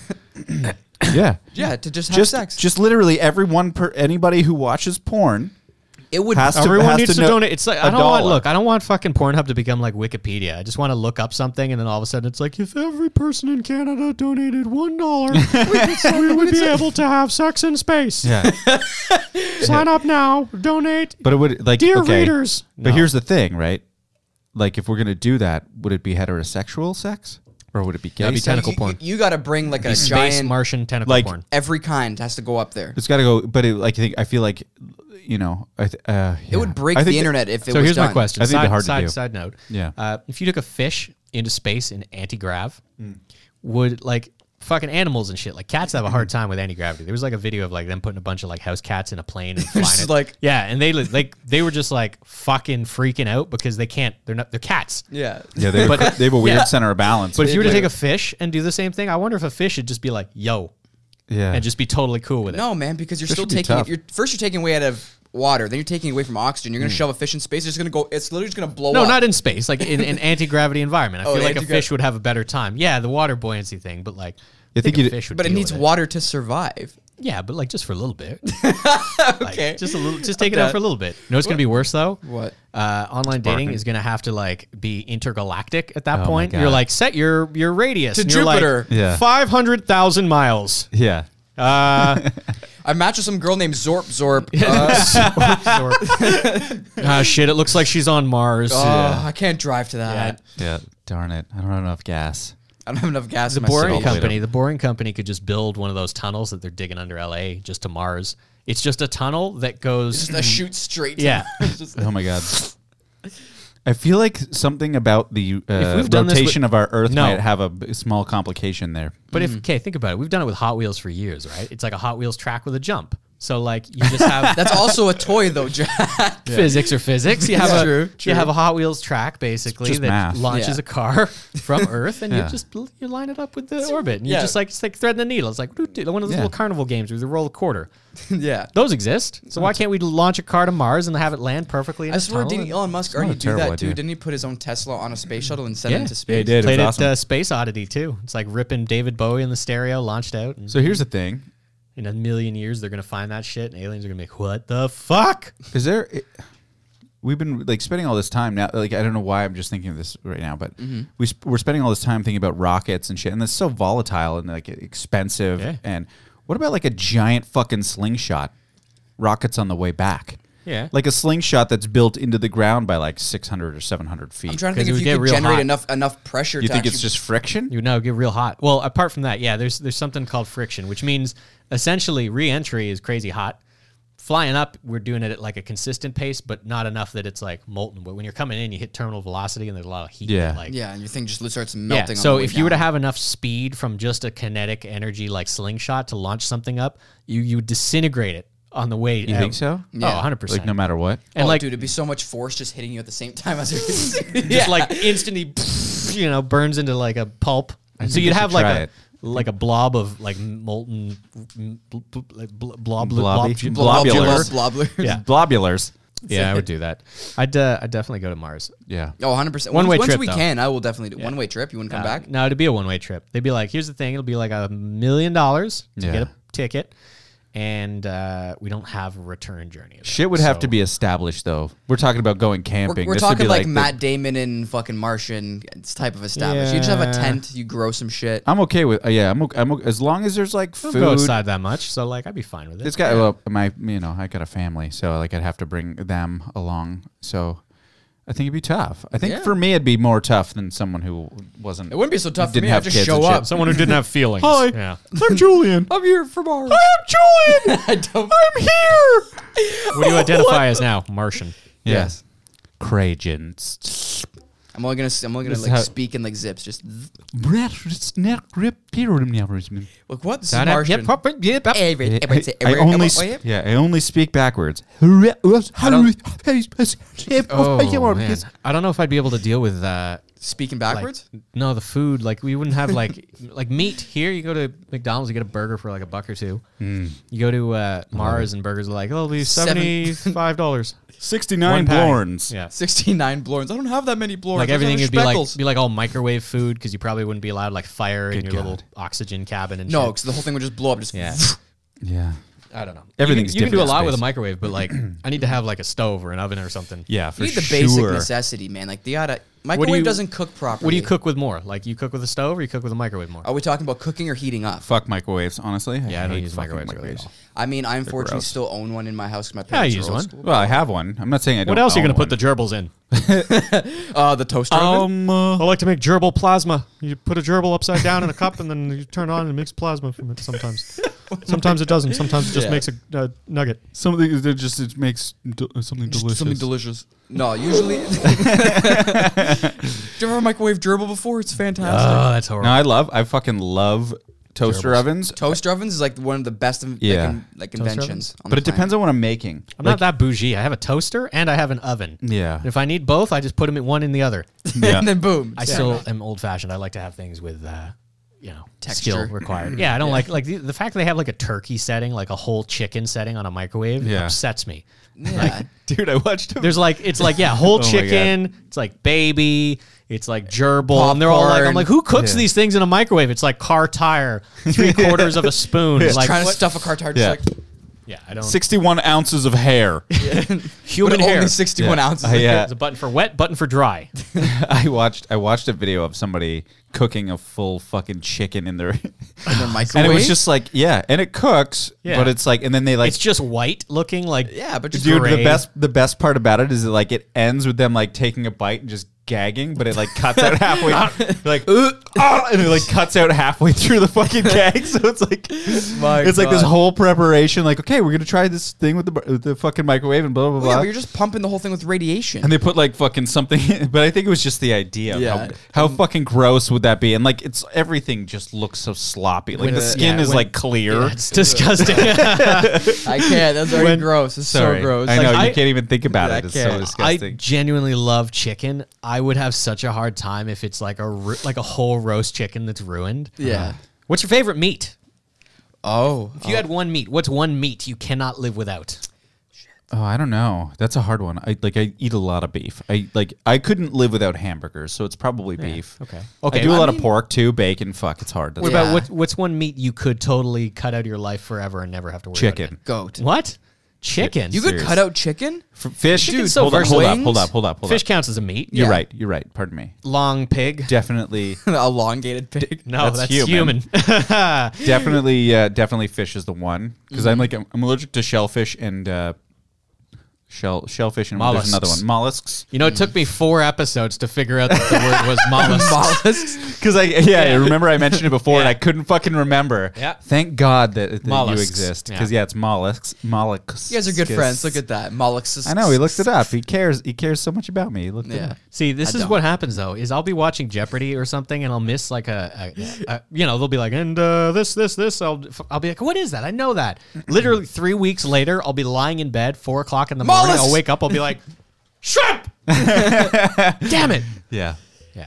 Speaker 4: yeah.
Speaker 3: Yeah, to just have
Speaker 4: Just,
Speaker 3: sex.
Speaker 4: just literally everyone per anybody who watches porn
Speaker 3: it would.
Speaker 4: has to
Speaker 2: Everyone
Speaker 4: has
Speaker 2: needs to,
Speaker 4: know
Speaker 2: donate. It's like I
Speaker 4: a
Speaker 2: don't want
Speaker 4: dollar.
Speaker 2: look. I don't want fucking Pornhub to become like Wikipedia. I just want to look up something, and then all of a sudden it's like if every person in Canada donated one dollar, we,
Speaker 4: *laughs*
Speaker 2: could- we would be able to have sex in space.
Speaker 4: Yeah.
Speaker 2: *laughs* Sign up now. Donate.
Speaker 4: But it would like
Speaker 2: Dear
Speaker 4: okay.
Speaker 2: readers.
Speaker 4: But
Speaker 2: No.
Speaker 4: here's the thing, right? Like if we're gonna do that, would it be heterosexual sex or would it be gay?
Speaker 2: That'd be
Speaker 4: sex?
Speaker 2: tentacle
Speaker 3: you,
Speaker 2: porn.
Speaker 3: You, got to bring like a
Speaker 2: space
Speaker 3: giant.
Speaker 2: Martian tentacle
Speaker 4: Like-
Speaker 2: porn.
Speaker 3: every kind has to go up there.
Speaker 4: It's got to go, but it, like I think I feel like, you know, I th- uh, yeah.
Speaker 3: It would break
Speaker 4: I
Speaker 3: the
Speaker 4: think that-
Speaker 3: internet if it
Speaker 2: So
Speaker 3: was
Speaker 2: here's
Speaker 3: done.
Speaker 2: my question.
Speaker 4: I think
Speaker 2: side,
Speaker 4: they're hard to
Speaker 2: side,
Speaker 4: do.
Speaker 2: side note.
Speaker 4: Yeah.
Speaker 2: Uh, if you took a fish into space in anti-grav,
Speaker 3: Hmm.
Speaker 2: would like fucking animals and shit like cats have a hard time with anti-gravity. There was like a video of like them putting a bunch of like house cats in a plane and flying
Speaker 3: Just
Speaker 2: it.
Speaker 3: like-
Speaker 2: yeah, and they li- like they were just like fucking freaking out because they can't. They're not. They're cats.
Speaker 3: Yeah. *laughs*
Speaker 4: yeah, they, but, they have a weird
Speaker 2: Yeah.
Speaker 4: center of balance.
Speaker 2: But if you were to
Speaker 4: Yeah.
Speaker 2: take a fish and do the same thing, I wonder if a fish would just be like, "Yo,"
Speaker 4: yeah,
Speaker 2: and just be totally cool with it.
Speaker 3: No, man, because you're still
Speaker 4: would be
Speaker 3: taking.
Speaker 4: tough.
Speaker 3: You're first you're taking away out of water, then you're taking away from oxygen. You're gonna
Speaker 4: Mm.
Speaker 3: shove a fish in space. It's gonna go. It's literally just gonna blow
Speaker 2: No,
Speaker 3: up.
Speaker 2: not in space, like in an anti-gravity environment. I
Speaker 3: Oh,
Speaker 2: feel like a
Speaker 3: antigra-
Speaker 2: fish would have a better time. Yeah, the water buoyancy thing, but like, I
Speaker 4: think
Speaker 2: a
Speaker 4: you'd-
Speaker 2: fish would
Speaker 3: but it
Speaker 2: deal
Speaker 3: needs
Speaker 2: with
Speaker 3: water to survive.
Speaker 2: Yeah, but like just for a little
Speaker 3: *laughs*
Speaker 2: bit.
Speaker 3: Okay.
Speaker 2: Just a little. Just take it out for a little bit. You know what's going to be worse though?
Speaker 3: What?
Speaker 2: Uh, online dating is going to have to like be intergalactic at that
Speaker 4: Oh my
Speaker 2: point.
Speaker 4: God.
Speaker 2: You're like set your your radius
Speaker 3: To
Speaker 2: and you're like,
Speaker 3: Jupiter.
Speaker 4: Yeah.
Speaker 2: five hundred thousand miles.
Speaker 4: Yeah.
Speaker 3: I matched with some girl named Zorp
Speaker 2: *laughs*
Speaker 3: Zorp. *laughs* Uh, *laughs*
Speaker 2: Ah shit! It looks like she's on Mars.
Speaker 3: oh, I can't drive to that.
Speaker 4: Yeah. Darn it. I don't have enough gas.
Speaker 3: I don't have enough gas.
Speaker 2: The
Speaker 3: in my
Speaker 2: boring
Speaker 3: city.
Speaker 2: company. The boring company could just build one of those tunnels that they're digging under LA just to Mars. It's just a tunnel that goes.
Speaker 3: Just a shoot straight. *laughs* To
Speaker 2: Mm-hmm. yeah.
Speaker 4: Oh my god. I feel like something about the uh,
Speaker 2: we've done this
Speaker 4: rotation
Speaker 2: with-
Speaker 4: of our Earth
Speaker 2: No.
Speaker 4: might have a b- small complication there.
Speaker 2: But
Speaker 3: Mm-hmm.
Speaker 2: if okay, think about it. We've done it with Hot Wheels for years, right? It's like a Hot Wheels track with a jump. So like you just
Speaker 3: *laughs*
Speaker 2: have
Speaker 3: That's also a
Speaker 2: *laughs*
Speaker 3: toy though, Jack.
Speaker 2: physics or physics. You have
Speaker 3: Yeah.
Speaker 2: a
Speaker 3: True,
Speaker 2: you have a Hot Wheels track basically
Speaker 4: just
Speaker 2: that
Speaker 4: math.
Speaker 2: launches
Speaker 3: Yeah.
Speaker 2: a
Speaker 3: *laughs*
Speaker 2: car from Earth, and
Speaker 4: Yeah.
Speaker 2: you just you line it up with the orbit, and you
Speaker 3: yeah.
Speaker 2: just like it's like threading a needle. It's like doo, doo, one of those
Speaker 4: Yeah.
Speaker 2: little carnival games where you roll a quarter.
Speaker 3: yeah.
Speaker 2: Those exist. So why can't we launch a car to Mars and have it land perfectly? In
Speaker 3: I
Speaker 2: a
Speaker 3: swear,
Speaker 2: tunnel?
Speaker 3: didn't Elon Musk
Speaker 4: not
Speaker 3: already
Speaker 4: a
Speaker 3: do
Speaker 4: terrible
Speaker 3: that
Speaker 4: idea.
Speaker 3: too? Didn't he put his own Tesla on a space shuttle and send
Speaker 2: Yeah.
Speaker 3: it to space?
Speaker 4: Yeah, he did. It was
Speaker 2: Played
Speaker 4: awesome.
Speaker 2: at uh, Space Oddity too. It's like ripping David Bowie in the stereo, launched out. And
Speaker 4: So here's the thing:
Speaker 2: in a million years, they're gonna find that shit, and aliens are gonna be like, "What the fuck?"
Speaker 4: is there? i we've been like spending all this time now. Like I don't know why I'm just thinking of this right now, but
Speaker 3: Mm-hmm.
Speaker 4: we sp- we're spending all this time thinking about rockets and shit, and it's so volatile and like expensive.
Speaker 2: Yeah.
Speaker 4: And what about like a giant fucking slingshot? Rockets on the way back.
Speaker 2: Yeah.
Speaker 4: like a slingshot that's built into the ground by like 600 or 700 feet.
Speaker 3: I'm trying to
Speaker 2: 'Cause it
Speaker 3: think if
Speaker 2: would
Speaker 3: you
Speaker 2: get
Speaker 3: could
Speaker 2: real
Speaker 3: generate
Speaker 2: hot.
Speaker 3: enough enough pressure.
Speaker 4: you
Speaker 3: to
Speaker 4: think it's
Speaker 3: actually-
Speaker 4: just friction?
Speaker 2: You know, get real hot. Well, apart from that, yeah, there's there's something called friction, which means essentially re-entry is crazy hot. Flying up, we're doing it at like a consistent pace, but not enough that it's like molten. But when you're coming in, you hit terminal velocity, and there's a lot of heat.
Speaker 4: Yeah.
Speaker 2: like,
Speaker 3: yeah, and your thing just starts
Speaker 2: Yeah,
Speaker 3: melting. on
Speaker 2: So
Speaker 3: the way
Speaker 2: if you were to
Speaker 3: down.
Speaker 2: have enough speed from just a kinetic energy like slingshot to launch something up, you you would disintegrate it on the way.
Speaker 4: You think so?
Speaker 2: Yeah. Oh, 100 percent.
Speaker 4: Like no matter what.
Speaker 2: and
Speaker 3: oh,
Speaker 2: like
Speaker 3: dude, it'd be so much force just hitting you at the same time as
Speaker 2: *laughs*
Speaker 3: you're. *laughs*
Speaker 2: just like instantly, *laughs* you know, burns into like a pulp. so
Speaker 4: think
Speaker 2: you'd
Speaker 4: I
Speaker 2: have
Speaker 4: should
Speaker 2: like
Speaker 4: try
Speaker 2: a
Speaker 4: it.
Speaker 2: like a blob of like molten mm, bl- bl- bl- bl- blob
Speaker 4: Blobby.
Speaker 2: blob.
Speaker 4: Blob- Blobulars.
Speaker 3: Blobulars.
Speaker 2: Yeah.
Speaker 4: Blobulars.
Speaker 2: Yeah, I would do that. I'd uh, I'd definitely go to Mars.
Speaker 4: Yeah.
Speaker 3: *laughs* Oh, 100 percent.
Speaker 2: One-way
Speaker 3: Once
Speaker 2: trip,
Speaker 3: we
Speaker 2: though.
Speaker 3: can, I will definitely do one way trip. You wouldn't come back.
Speaker 2: No, it'd be a one way trip. They'd be like, here's the thing. It'll be like a million dollars to
Speaker 4: Yeah.
Speaker 2: get a ticket, and uh, we don't have a return journey. of
Speaker 4: Shit
Speaker 2: that.
Speaker 4: would have
Speaker 2: So-
Speaker 4: to be established though. We're talking about going camping.
Speaker 3: We're, we're
Speaker 4: This would
Speaker 3: talking
Speaker 4: be
Speaker 3: like,
Speaker 4: the-
Speaker 3: Matt Damon and fucking Martian it's type of establishment. You just have a
Speaker 2: Yeah.
Speaker 3: tent, you grow some shit.
Speaker 4: I'm okay with. Uh, yeah, I'm okay, I'm okay. As long as there's like
Speaker 2: I don't go
Speaker 4: food.
Speaker 2: outside that much, so like I'd be fine with it.
Speaker 4: It's got well, my you know I got a family, so like I'd have to bring them along. So I think it'd be tough. I think
Speaker 3: Yeah.
Speaker 4: for me it'd be more tough than someone who wasn't.
Speaker 3: It wouldn't be so tough for
Speaker 4: didn't
Speaker 3: me. I'd
Speaker 4: have
Speaker 3: just
Speaker 4: kids
Speaker 3: show
Speaker 4: and shit.
Speaker 3: up.
Speaker 2: Someone who didn't
Speaker 4: *laughs*
Speaker 2: have feelings.
Speaker 4: Hi,
Speaker 2: Yeah.
Speaker 4: I'm Julian.
Speaker 3: I'm here for Mars.
Speaker 2: *laughs*
Speaker 4: I'm Julian.
Speaker 3: I *laughs* don't-
Speaker 4: I'm here.
Speaker 2: What do
Speaker 4: *laughs*
Speaker 2: you identify as now? Martian.
Speaker 4: Yes. Cragins.
Speaker 3: I'm only gonna s- I'm only gonna
Speaker 4: This is
Speaker 3: like
Speaker 4: how-
Speaker 3: speak in like zips. Just zzz.
Speaker 4: I
Speaker 3: like what? This is Martian.
Speaker 2: Martian.
Speaker 3: Every- every- every-
Speaker 4: only
Speaker 3: every-
Speaker 4: sp- yeah, I only speak backwards. Oh, *laughs*
Speaker 2: Oh, man. I don't know if I'd be able to deal with uh,
Speaker 3: speaking
Speaker 2: like-
Speaker 3: backwards.
Speaker 2: no, the food. Like we wouldn't have
Speaker 4: *laughs*
Speaker 2: like like meat here. You go to McDonald's, you get a burger for like a buck or two.
Speaker 4: Mm.
Speaker 2: You go to uh, Mars and burgers are like, oh, it'll be
Speaker 4: *laughs*
Speaker 3: Seven-
Speaker 2: seventy five dollars.
Speaker 4: 69 Blorns.
Speaker 2: Yeah.
Speaker 3: 69 blorns. I don't have that many blorns.
Speaker 2: Like
Speaker 3: Those are
Speaker 2: everything would be
Speaker 3: speckles.
Speaker 2: like be like all microwave food because you probably wouldn't be allowed like fire in
Speaker 4: Good
Speaker 2: your
Speaker 4: God.
Speaker 2: little oxygen cabin and
Speaker 3: no,
Speaker 2: shit.
Speaker 3: because the whole thing would just blow up. Just
Speaker 2: Yeah.
Speaker 4: *laughs* Yeah.
Speaker 2: I don't know.
Speaker 4: Everything's
Speaker 2: you can, you can do a
Speaker 4: different
Speaker 2: lot
Speaker 4: space.
Speaker 2: with a microwave, but
Speaker 4: *clears throat*
Speaker 2: like I need to have like a stove or an oven or something.
Speaker 4: Yeah, for
Speaker 3: you need the
Speaker 4: sure.
Speaker 3: basic necessity, man. Like the gotta microwave
Speaker 2: you-
Speaker 3: doesn't cook properly.
Speaker 2: What do you cook with more? Like you cook with a stove or you cook with a microwave more?
Speaker 3: Are we talking about cooking or heating up?
Speaker 4: Fuck microwaves, honestly.
Speaker 2: Yeah, I don't
Speaker 4: hate
Speaker 2: use
Speaker 4: fucking
Speaker 2: microwaves really at all.
Speaker 3: I mean, I unfortunately
Speaker 4: gross.
Speaker 3: still own one in my house. 'cause My
Speaker 2: Yeah, I
Speaker 3: parents are
Speaker 2: use
Speaker 3: old
Speaker 2: one.
Speaker 3: school.
Speaker 4: Well, I have one. I'm not saying I don't.
Speaker 2: What else are you
Speaker 4: own
Speaker 2: going to put the
Speaker 4: one.
Speaker 2: gerbils in?
Speaker 3: Uh, the toaster. oven?
Speaker 4: Um, uh,
Speaker 2: I like to make gerbil plasma. You put a gerbil upside down in a cup and then you turn it on and it makes plasma from it sometimes. Sometimes it doesn't. Sometimes it just
Speaker 3: Yeah.
Speaker 2: makes a uh, nugget.
Speaker 4: something that just it makes del- something
Speaker 3: Just
Speaker 4: delicious.
Speaker 3: Something delicious. No, usually. Do you ever have a microwave gerbil before? It's fantastic.
Speaker 2: Oh, that's
Speaker 4: No, I love. I fucking love toaster ovens,
Speaker 3: Toaster ovens is like one of the best in,
Speaker 4: Yeah.
Speaker 3: like, in, like inventions.
Speaker 2: ovens?
Speaker 3: on
Speaker 4: but
Speaker 3: the
Speaker 4: it depends on what I'm making.
Speaker 2: I'm not that bougie. I have a toaster and I have an oven.
Speaker 4: Yeah.
Speaker 2: If I need
Speaker 4: *laughs*
Speaker 2: both, I just put them in one in the other. *laughs*
Speaker 3: planet. *laughs* and then boom.
Speaker 2: I
Speaker 3: Yeah.
Speaker 2: still am old fashioned. I like to have things with uh, you know skill
Speaker 3: Texture.
Speaker 4: *clears throat*
Speaker 2: required. Yeah, I don't like like the, the fact that they have like a turkey setting, like a whole chicken setting on a microwave
Speaker 4: Yeah.
Speaker 2: upsets me.
Speaker 3: Yeah.
Speaker 4: Dude, I watched
Speaker 2: There's like it's like yeah,
Speaker 3: *laughs* Oh
Speaker 2: whole
Speaker 4: my
Speaker 2: chicken. It's like baby. It's like gerbil, and they're all like, I'm
Speaker 3: Popcorn.
Speaker 2: like, who cooks
Speaker 4: Yeah.
Speaker 2: these things in a microwave? It's like car
Speaker 3: *laughs*
Speaker 2: tire, three quarters of a spoon. Like,
Speaker 3: trying
Speaker 2: what?
Speaker 3: to stuff a car tire.
Speaker 4: Yeah.
Speaker 3: Just
Speaker 4: *laughs*
Speaker 3: like,
Speaker 2: yeah, I don't.
Speaker 4: 61 ounces
Speaker 3: *laughs*
Speaker 4: of hair.
Speaker 2: human
Speaker 3: but
Speaker 2: hair.
Speaker 3: only 61
Speaker 4: Yeah.
Speaker 3: ounces.
Speaker 4: I,
Speaker 3: yeah.
Speaker 4: uh,
Speaker 2: There's a button for wet, button for dry.
Speaker 4: *laughs* I watched I watched a video of somebody cooking a full fucking chicken in their
Speaker 3: in their microwave.
Speaker 4: and it was just like yeah, and it cooks,
Speaker 2: Yeah.
Speaker 4: but it's like and then they like
Speaker 2: It's just white looking, like
Speaker 3: yeah, but just
Speaker 4: dude
Speaker 2: gray.
Speaker 4: the best the best part about it is that like it ends with them like taking a bite and just gagging, but it like cuts out
Speaker 3: *laughs*
Speaker 4: halfway *laughs* like "Ugh, ah," and it like cuts out halfway through the
Speaker 3: *laughs*
Speaker 4: fucking gag, so it's like
Speaker 3: My
Speaker 4: it's like this
Speaker 3: God.
Speaker 4: whol- whole preparation, like, okay, we're gonna try this thing with the with the fucking microwave and blah blah blah.
Speaker 3: Well, Oh, yeah, but you're just pumping the whole thing with radiation.
Speaker 4: and they put like fucking something, *laughs* but I think it was just the idea. of
Speaker 3: Yeah.
Speaker 4: How, how fucking gross would that be? And like, it's everything just looks so sloppy. Like
Speaker 2: When
Speaker 4: the
Speaker 2: the-
Speaker 4: skin
Speaker 2: yeah,
Speaker 4: is
Speaker 2: when-
Speaker 4: like clear.
Speaker 2: It's
Speaker 3: *laughs*
Speaker 2: disgusting.
Speaker 3: I can't. That's already
Speaker 2: When-
Speaker 3: gross. It's
Speaker 4: Sorry.
Speaker 3: so gross.
Speaker 4: I
Speaker 3: Like,
Speaker 4: know
Speaker 2: I-
Speaker 4: you can't even think about
Speaker 3: Yeah,
Speaker 4: it.
Speaker 3: I
Speaker 4: It's so
Speaker 3: can't.
Speaker 2: I
Speaker 4: disgusting.
Speaker 2: genuinely love chicken. I would have such a hard time if it's like a ru- like a whole roast chicken that's ruined.
Speaker 3: Yeah.
Speaker 2: What's your favorite meat?
Speaker 3: Oh.
Speaker 2: If you had one meat, what's one meat you cannot live without?
Speaker 4: oh, I don't know. That's a hard one. I like. I eat a lot of beef. I like. I couldn't live without hamburgers, so it's probably beef.
Speaker 2: okay.
Speaker 4: Okay.
Speaker 2: Okay,
Speaker 4: I do a
Speaker 2: I
Speaker 4: lot of
Speaker 3: mean-
Speaker 4: pork too. Bacon. Fuck. It's hard. That's
Speaker 2: What
Speaker 3: Yeah.
Speaker 2: about what, what's one meat you could totally cut out of your life forever and never have to worry about
Speaker 4: chicken.
Speaker 2: again?
Speaker 3: oh, Goat.
Speaker 2: What? Chicken.
Speaker 3: You could
Speaker 4: Serious.
Speaker 3: cut out chicken? *laughs*
Speaker 4: F- Fish.
Speaker 2: Chicken's so
Speaker 4: hold, on, hold up.
Speaker 3: versatile.
Speaker 4: Hold up. Hold up. Hold
Speaker 2: Fish
Speaker 4: up.
Speaker 2: counts as a meat.
Speaker 4: You're
Speaker 3: Yeah.
Speaker 4: right. You're right. Pardon me.
Speaker 2: Long pig.
Speaker 4: Definitely. *laughs*
Speaker 3: Elongated pig.
Speaker 2: No, that's,
Speaker 4: That's
Speaker 2: human.
Speaker 4: human. definitely, uh, definitely fish is the one because I'm like
Speaker 3: Mm-hmm.
Speaker 4: I'm, I'm allergic to shellfish and uh, shell shellfish and there's another
Speaker 2: Mollusks.
Speaker 4: one mollusks
Speaker 2: *laughs* you know, it took me four episodes to figure out that the word *laughs* was mollusk.
Speaker 4: *laughs*
Speaker 3: Mollusks.
Speaker 4: because I yeah, I remember I mentioned it before
Speaker 3: *laughs*
Speaker 4: and
Speaker 2: Yeah.
Speaker 4: I couldn't fucking remember.
Speaker 2: Yeah.
Speaker 4: Thank God that, that you
Speaker 2: Mollusks.
Speaker 4: exist
Speaker 2: Yeah.
Speaker 4: because yeah. it's mollusks mollusks.
Speaker 3: You guys are good friends. Look at that. Mollusks.
Speaker 4: I know he looked it up. He cares. He cares so much about me. He looked it
Speaker 3: Yeah.
Speaker 4: up.
Speaker 2: See, this
Speaker 3: I
Speaker 2: is
Speaker 3: don't.
Speaker 2: what happens though: is I'll be watching Jeopardy or something, and I'll miss like a, a, a you know, they'll be like, and uh, this, this, this. I'll, I'll be like, what is that? I know *clears throat* that. Literally three weeks later, I'll be lying in bed, four o'clock in the morning. I'll
Speaker 3: Mollusks!
Speaker 2: wake up, I'll be *laughs* like, shrimp. Damn it!
Speaker 4: Yeah.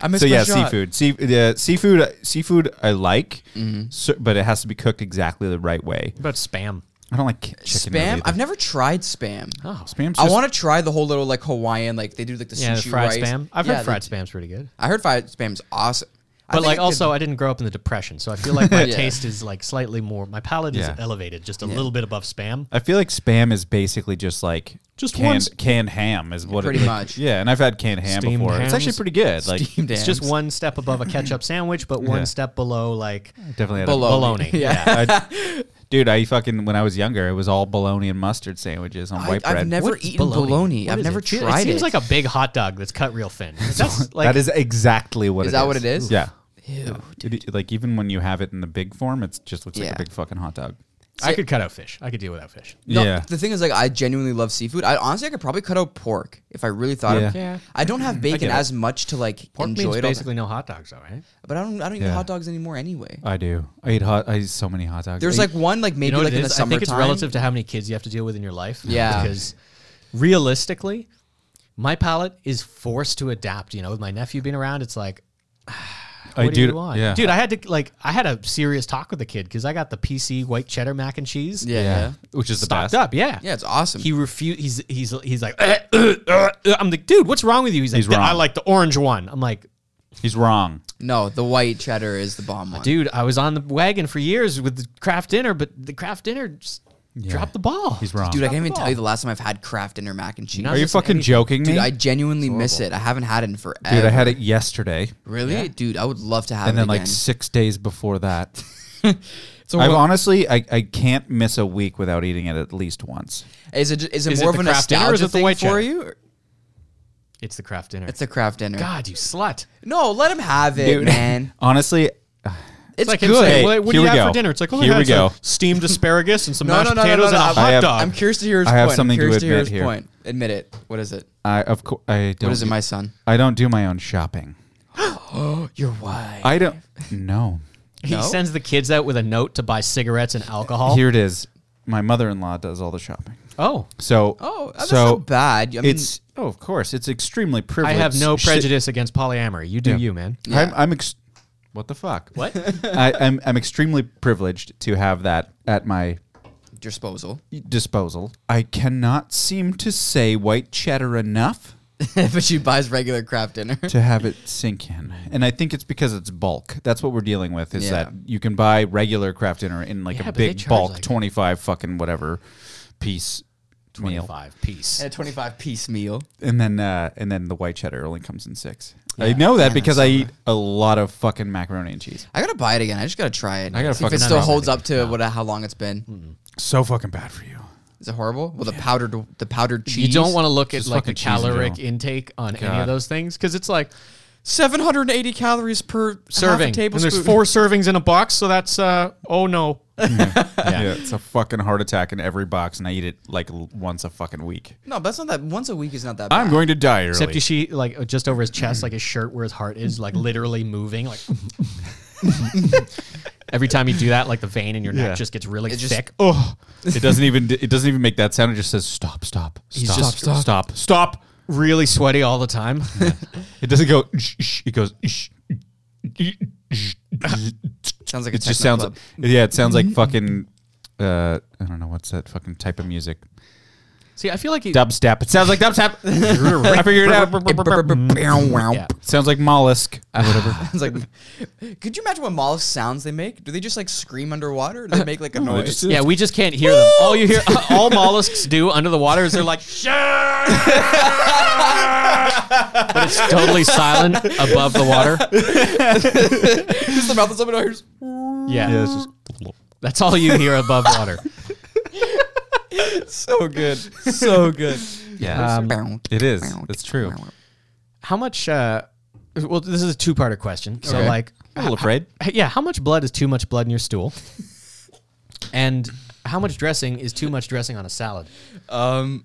Speaker 3: I missed
Speaker 4: so
Speaker 3: my
Speaker 4: yeah,
Speaker 3: shot.
Speaker 4: seafood. Sea, yeah, seafood. Seafood. I like,
Speaker 3: Mm-hmm.
Speaker 4: so- but it has to be cooked exactly the right way.
Speaker 2: What about spam?
Speaker 4: I don't like chicken.
Speaker 3: Spam? I've never tried spam.
Speaker 2: Oh,
Speaker 4: Spam's
Speaker 3: I
Speaker 4: just-
Speaker 3: want to try the whole little like Hawaiian, like they do like the
Speaker 2: yeah, the
Speaker 3: sushi
Speaker 2: fried
Speaker 3: rice.
Speaker 2: spam. I've
Speaker 3: Yeah,
Speaker 2: heard
Speaker 3: they
Speaker 2: fried
Speaker 3: do.
Speaker 2: spam's pretty good.
Speaker 3: I heard fried spam's awesome. I
Speaker 2: But
Speaker 3: think I
Speaker 2: like,
Speaker 3: could- *laughs*
Speaker 2: also, I didn't grow up in the depression, so I feel like my
Speaker 3: Yeah.
Speaker 2: taste is like slightly more. My palate
Speaker 4: Yeah.
Speaker 2: is elevated, just a little bit above spam.
Speaker 3: Uh,
Speaker 4: I feel like spam is basically just like
Speaker 2: Just
Speaker 4: canned,
Speaker 2: one s-
Speaker 4: canned ham is what
Speaker 3: Pretty
Speaker 4: it, like-
Speaker 3: much.
Speaker 4: Yeah, and I've had canned ham
Speaker 2: Steamed
Speaker 4: before. It's actually
Speaker 2: hams.
Speaker 4: pretty good. Like
Speaker 3: Steamed
Speaker 2: It's just
Speaker 3: hams.
Speaker 2: one step above a ketchup sandwich, but one
Speaker 4: Yeah.
Speaker 2: step below like
Speaker 4: definitely had a-
Speaker 3: Uh, Bologna.
Speaker 2: bologna.
Speaker 3: *laughs* Yeah.
Speaker 4: I- dude, I fucking when I was younger, it was all bologna and mustard sandwiches on white
Speaker 3: I,
Speaker 4: bread.
Speaker 3: have never
Speaker 2: What's
Speaker 3: eaten bologna.
Speaker 2: What
Speaker 3: I've
Speaker 2: is
Speaker 3: never
Speaker 2: it? It
Speaker 3: tried it.
Speaker 2: seems like a big hot dog that's cut real
Speaker 3: *laughs*
Speaker 2: thin. That's like
Speaker 4: that is exactly what
Speaker 3: Is
Speaker 4: it
Speaker 3: that what it is?
Speaker 4: Yeah.
Speaker 3: Ew.
Speaker 4: It- like even when you have it in the big form, it just looks like
Speaker 3: Yeah.
Speaker 4: a big fucking hot dog.
Speaker 2: I could cut out fish. I could deal without fish.
Speaker 3: No,
Speaker 4: yeah.
Speaker 3: The thing is, like, I genuinely love seafood. I honestly, I could probably cut out pork if I really thought.
Speaker 4: Yeah.
Speaker 3: of
Speaker 2: Yeah.
Speaker 3: I don't have bacon as much to like
Speaker 2: Pork
Speaker 3: enjoy
Speaker 2: means
Speaker 3: it. all the-
Speaker 2: basically no hot dogs, though, right?
Speaker 3: but I don't. I don't eat
Speaker 4: Yeah.
Speaker 3: hot dogs anymore anyway.
Speaker 4: I do. I eat hot. I eat so many hot dogs.
Speaker 3: There's
Speaker 4: I
Speaker 3: like
Speaker 4: eat-
Speaker 3: one, like maybe
Speaker 2: You know
Speaker 3: like
Speaker 2: what
Speaker 3: in
Speaker 2: it
Speaker 3: the
Speaker 2: is? I
Speaker 3: summertime.
Speaker 2: think it's relative to how many kids you have to deal with in your life.
Speaker 3: Yeah.
Speaker 2: Because realistically, my palate is forced to adapt. You know, with my nephew being around, it's like
Speaker 4: I
Speaker 2: what do, you want?
Speaker 4: Yeah.
Speaker 2: Dude, I had to like I had a serious talk with the kid because I got the PC white cheddar mac and cheese.
Speaker 3: Yeah.
Speaker 4: yeah.
Speaker 3: yeah.
Speaker 4: Which is the
Speaker 2: Stocked
Speaker 4: best.
Speaker 2: up, yeah.
Speaker 3: Yeah, it's awesome.
Speaker 2: He refused. He's he's he's like, "Eh, uh, uh, uh." I'm like, dude, what's wrong with you? He's like,
Speaker 4: He's wrong.
Speaker 2: I like the orange one. I'm like,
Speaker 4: He's wrong.
Speaker 3: no, the white cheddar is the bomb one.
Speaker 2: dude, I was on the wagon for years with the craft dinner, but the craft dinner just dropped the ball.
Speaker 4: He's wrong.
Speaker 3: Dude, I can't
Speaker 2: Not
Speaker 3: even
Speaker 2: at
Speaker 3: tell
Speaker 2: all.
Speaker 3: you the last time I've had Kraft dinner mac and cheese.
Speaker 2: Not
Speaker 4: Are you
Speaker 2: Listen,
Speaker 4: fucking
Speaker 2: anything-
Speaker 4: joking me?
Speaker 3: Dude, I genuinely miss it. I haven't had it in forever.
Speaker 4: Dude, I had it yesterday.
Speaker 3: Really, dude, I would love to have
Speaker 4: and
Speaker 3: it
Speaker 4: then
Speaker 3: again.
Speaker 4: like six days before
Speaker 3: *laughs*
Speaker 4: that.
Speaker 3: So
Speaker 4: I've
Speaker 3: what-
Speaker 4: honestly, I, I can't miss a week without eating it at least once.
Speaker 3: is it is it
Speaker 2: Is it
Speaker 3: more
Speaker 2: the
Speaker 3: of a
Speaker 2: Kraft dinner or is
Speaker 3: nostalgia
Speaker 2: it the
Speaker 3: thing
Speaker 2: white cheddar?
Speaker 3: for you? or-
Speaker 2: It's the craft dinner.
Speaker 3: It's a Kraft dinner.
Speaker 2: God, you slut.
Speaker 3: No, let him have
Speaker 4: *laughs*
Speaker 3: it, man.
Speaker 4: Honestly,
Speaker 3: It's
Speaker 2: like him
Speaker 3: good.
Speaker 2: saying,
Speaker 4: Hey,
Speaker 2: "What- what do
Speaker 4: here
Speaker 2: you have
Speaker 4: we go.
Speaker 2: for dinner? It's like, oh,
Speaker 4: Here
Speaker 2: I had
Speaker 4: we
Speaker 2: some
Speaker 4: go.
Speaker 2: steamed asparagus and *laughs* some
Speaker 3: No,
Speaker 2: mashed
Speaker 3: no, no, no,
Speaker 2: potatoes
Speaker 3: no, no.
Speaker 2: and a
Speaker 3: I
Speaker 2: hot
Speaker 4: have-
Speaker 2: dog.
Speaker 3: I'm curious to hear his
Speaker 4: I
Speaker 3: point.
Speaker 4: have something
Speaker 3: I'm curious
Speaker 4: to
Speaker 3: to, hear
Speaker 4: admit
Speaker 3: his
Speaker 4: here.
Speaker 3: point. Admit it. What is it?
Speaker 4: I of course I don't.
Speaker 3: What is it,
Speaker 4: do-
Speaker 3: my son?
Speaker 4: I don't do my own shopping.
Speaker 3: Your wife.
Speaker 4: I don't. No.
Speaker 2: He
Speaker 3: No?
Speaker 2: sends the kids out with a note to buy cigarettes and alcohol.
Speaker 4: Here it is. My mother-in-law does all the shopping.
Speaker 2: oh,
Speaker 4: So.
Speaker 3: oh, that's
Speaker 4: so
Speaker 3: not bad. I mean,
Speaker 4: it's oh, of course, it's extremely
Speaker 2: I
Speaker 4: privileged.
Speaker 2: have no
Speaker 4: shit.
Speaker 2: prejudice against polyamory. You do
Speaker 4: Yeah.
Speaker 2: you, man.
Speaker 4: I'm, I'm ex- What the fuck?
Speaker 2: What?
Speaker 4: *laughs* I, I'm I'm extremely privileged to have that at my
Speaker 3: *laughs* Disposal.
Speaker 4: disposal. I cannot seem to say white cheddar enough
Speaker 3: but she buys regular craft dinner. *laughs*
Speaker 4: to have it sink in. And I think it's because it's bulk. That's what we're dealing with is
Speaker 3: Yeah.
Speaker 4: that you can buy regular craft dinner in like
Speaker 2: Yeah,
Speaker 4: a
Speaker 2: but they
Speaker 4: big
Speaker 2: charge
Speaker 4: bulk
Speaker 2: like-
Speaker 4: 25 fucking whatever piece meal.
Speaker 2: Twenty-five piece.
Speaker 3: And a 25 piece meal.
Speaker 4: And then uh, and then the white cheddar only comes in 6. I know that because I eat a lot of fucking macaroni and cheese.
Speaker 3: I gotta buy it again. I just gotta try it.
Speaker 4: I gotta
Speaker 3: See if
Speaker 4: fucking-
Speaker 3: it
Speaker 4: no,
Speaker 3: still
Speaker 4: no,
Speaker 3: holds up to what how long it's been.
Speaker 4: So fucking bad for
Speaker 2: *laughs*
Speaker 4: you.
Speaker 3: Is it horrible? Well, the powdered the powdered cheese.
Speaker 2: You don't want to look at
Speaker 4: Just
Speaker 2: like the
Speaker 4: fucking cheese in
Speaker 2: caloric
Speaker 4: general.
Speaker 2: intake on any of
Speaker 4: God.
Speaker 2: those things because it's like
Speaker 3: 780 calories per
Speaker 2: serving.
Speaker 3: Half a
Speaker 2: and there's
Speaker 3: tablespoon.
Speaker 2: four servings in a box, so that's uh oh no.
Speaker 4: Yeah. it's a fucking heart attack in every box and I eat it like l- once a fucking week.
Speaker 3: No, but that's not that. Once a week is not that. Bad.
Speaker 4: I'm going to die early.
Speaker 2: Except you see like uh, just over his chest, like his shirt where his heart is, like literally moving. *laughs* Like every time you do that, like the vein in your neck
Speaker 4: Yeah.
Speaker 2: just gets really
Speaker 3: It just-
Speaker 2: thick. Oh,
Speaker 4: it doesn't even it doesn't even make that sound. It just says stop, stop, stop,
Speaker 2: just-
Speaker 4: stop, stop, stop.
Speaker 2: really sweaty all the time.
Speaker 4: It doesn't go. "Shh, shh," It goes. "Shh, shh, shh."
Speaker 3: Sounds like a
Speaker 4: It just
Speaker 3: techno
Speaker 4: sounds.
Speaker 3: club.
Speaker 4: Yeah, it sounds like fucking. Uh, I don't know what's that fucking type of music.
Speaker 2: *laughs* see, I feel like he, *laughs*
Speaker 4: Dubstep. It sounds like dubstep. *laughs* I figured it out.
Speaker 2: yeah.
Speaker 4: sounds like *laughs* mollusk or whatever.
Speaker 3: It's like, *laughs* could you imagine what mollusks sounds they make? Do they just like scream underwater? They make like a noise.
Speaker 4: just-
Speaker 2: Yeah, we just can't hear them. All you hear, *laughs* all mollusks do under the water is they're *laughs* like, but it's totally silent above the water.
Speaker 3: just *laughs* the mouth is open. and here's-
Speaker 2: Yeah,
Speaker 4: Yeah, it's just.
Speaker 2: that's all you hear above *laughs* water.
Speaker 3: *laughs* So *laughs* good, so good.
Speaker 4: Yeah, it is. It's true.
Speaker 2: How much? Uh, well, this is a two-parter question. So,
Speaker 4: Okay.
Speaker 2: like,
Speaker 4: I'm a little afraid.
Speaker 2: yeah, how much blood is too much blood in your *laughs* stool? And how much dressing is too much dressing on a salad?
Speaker 3: Um,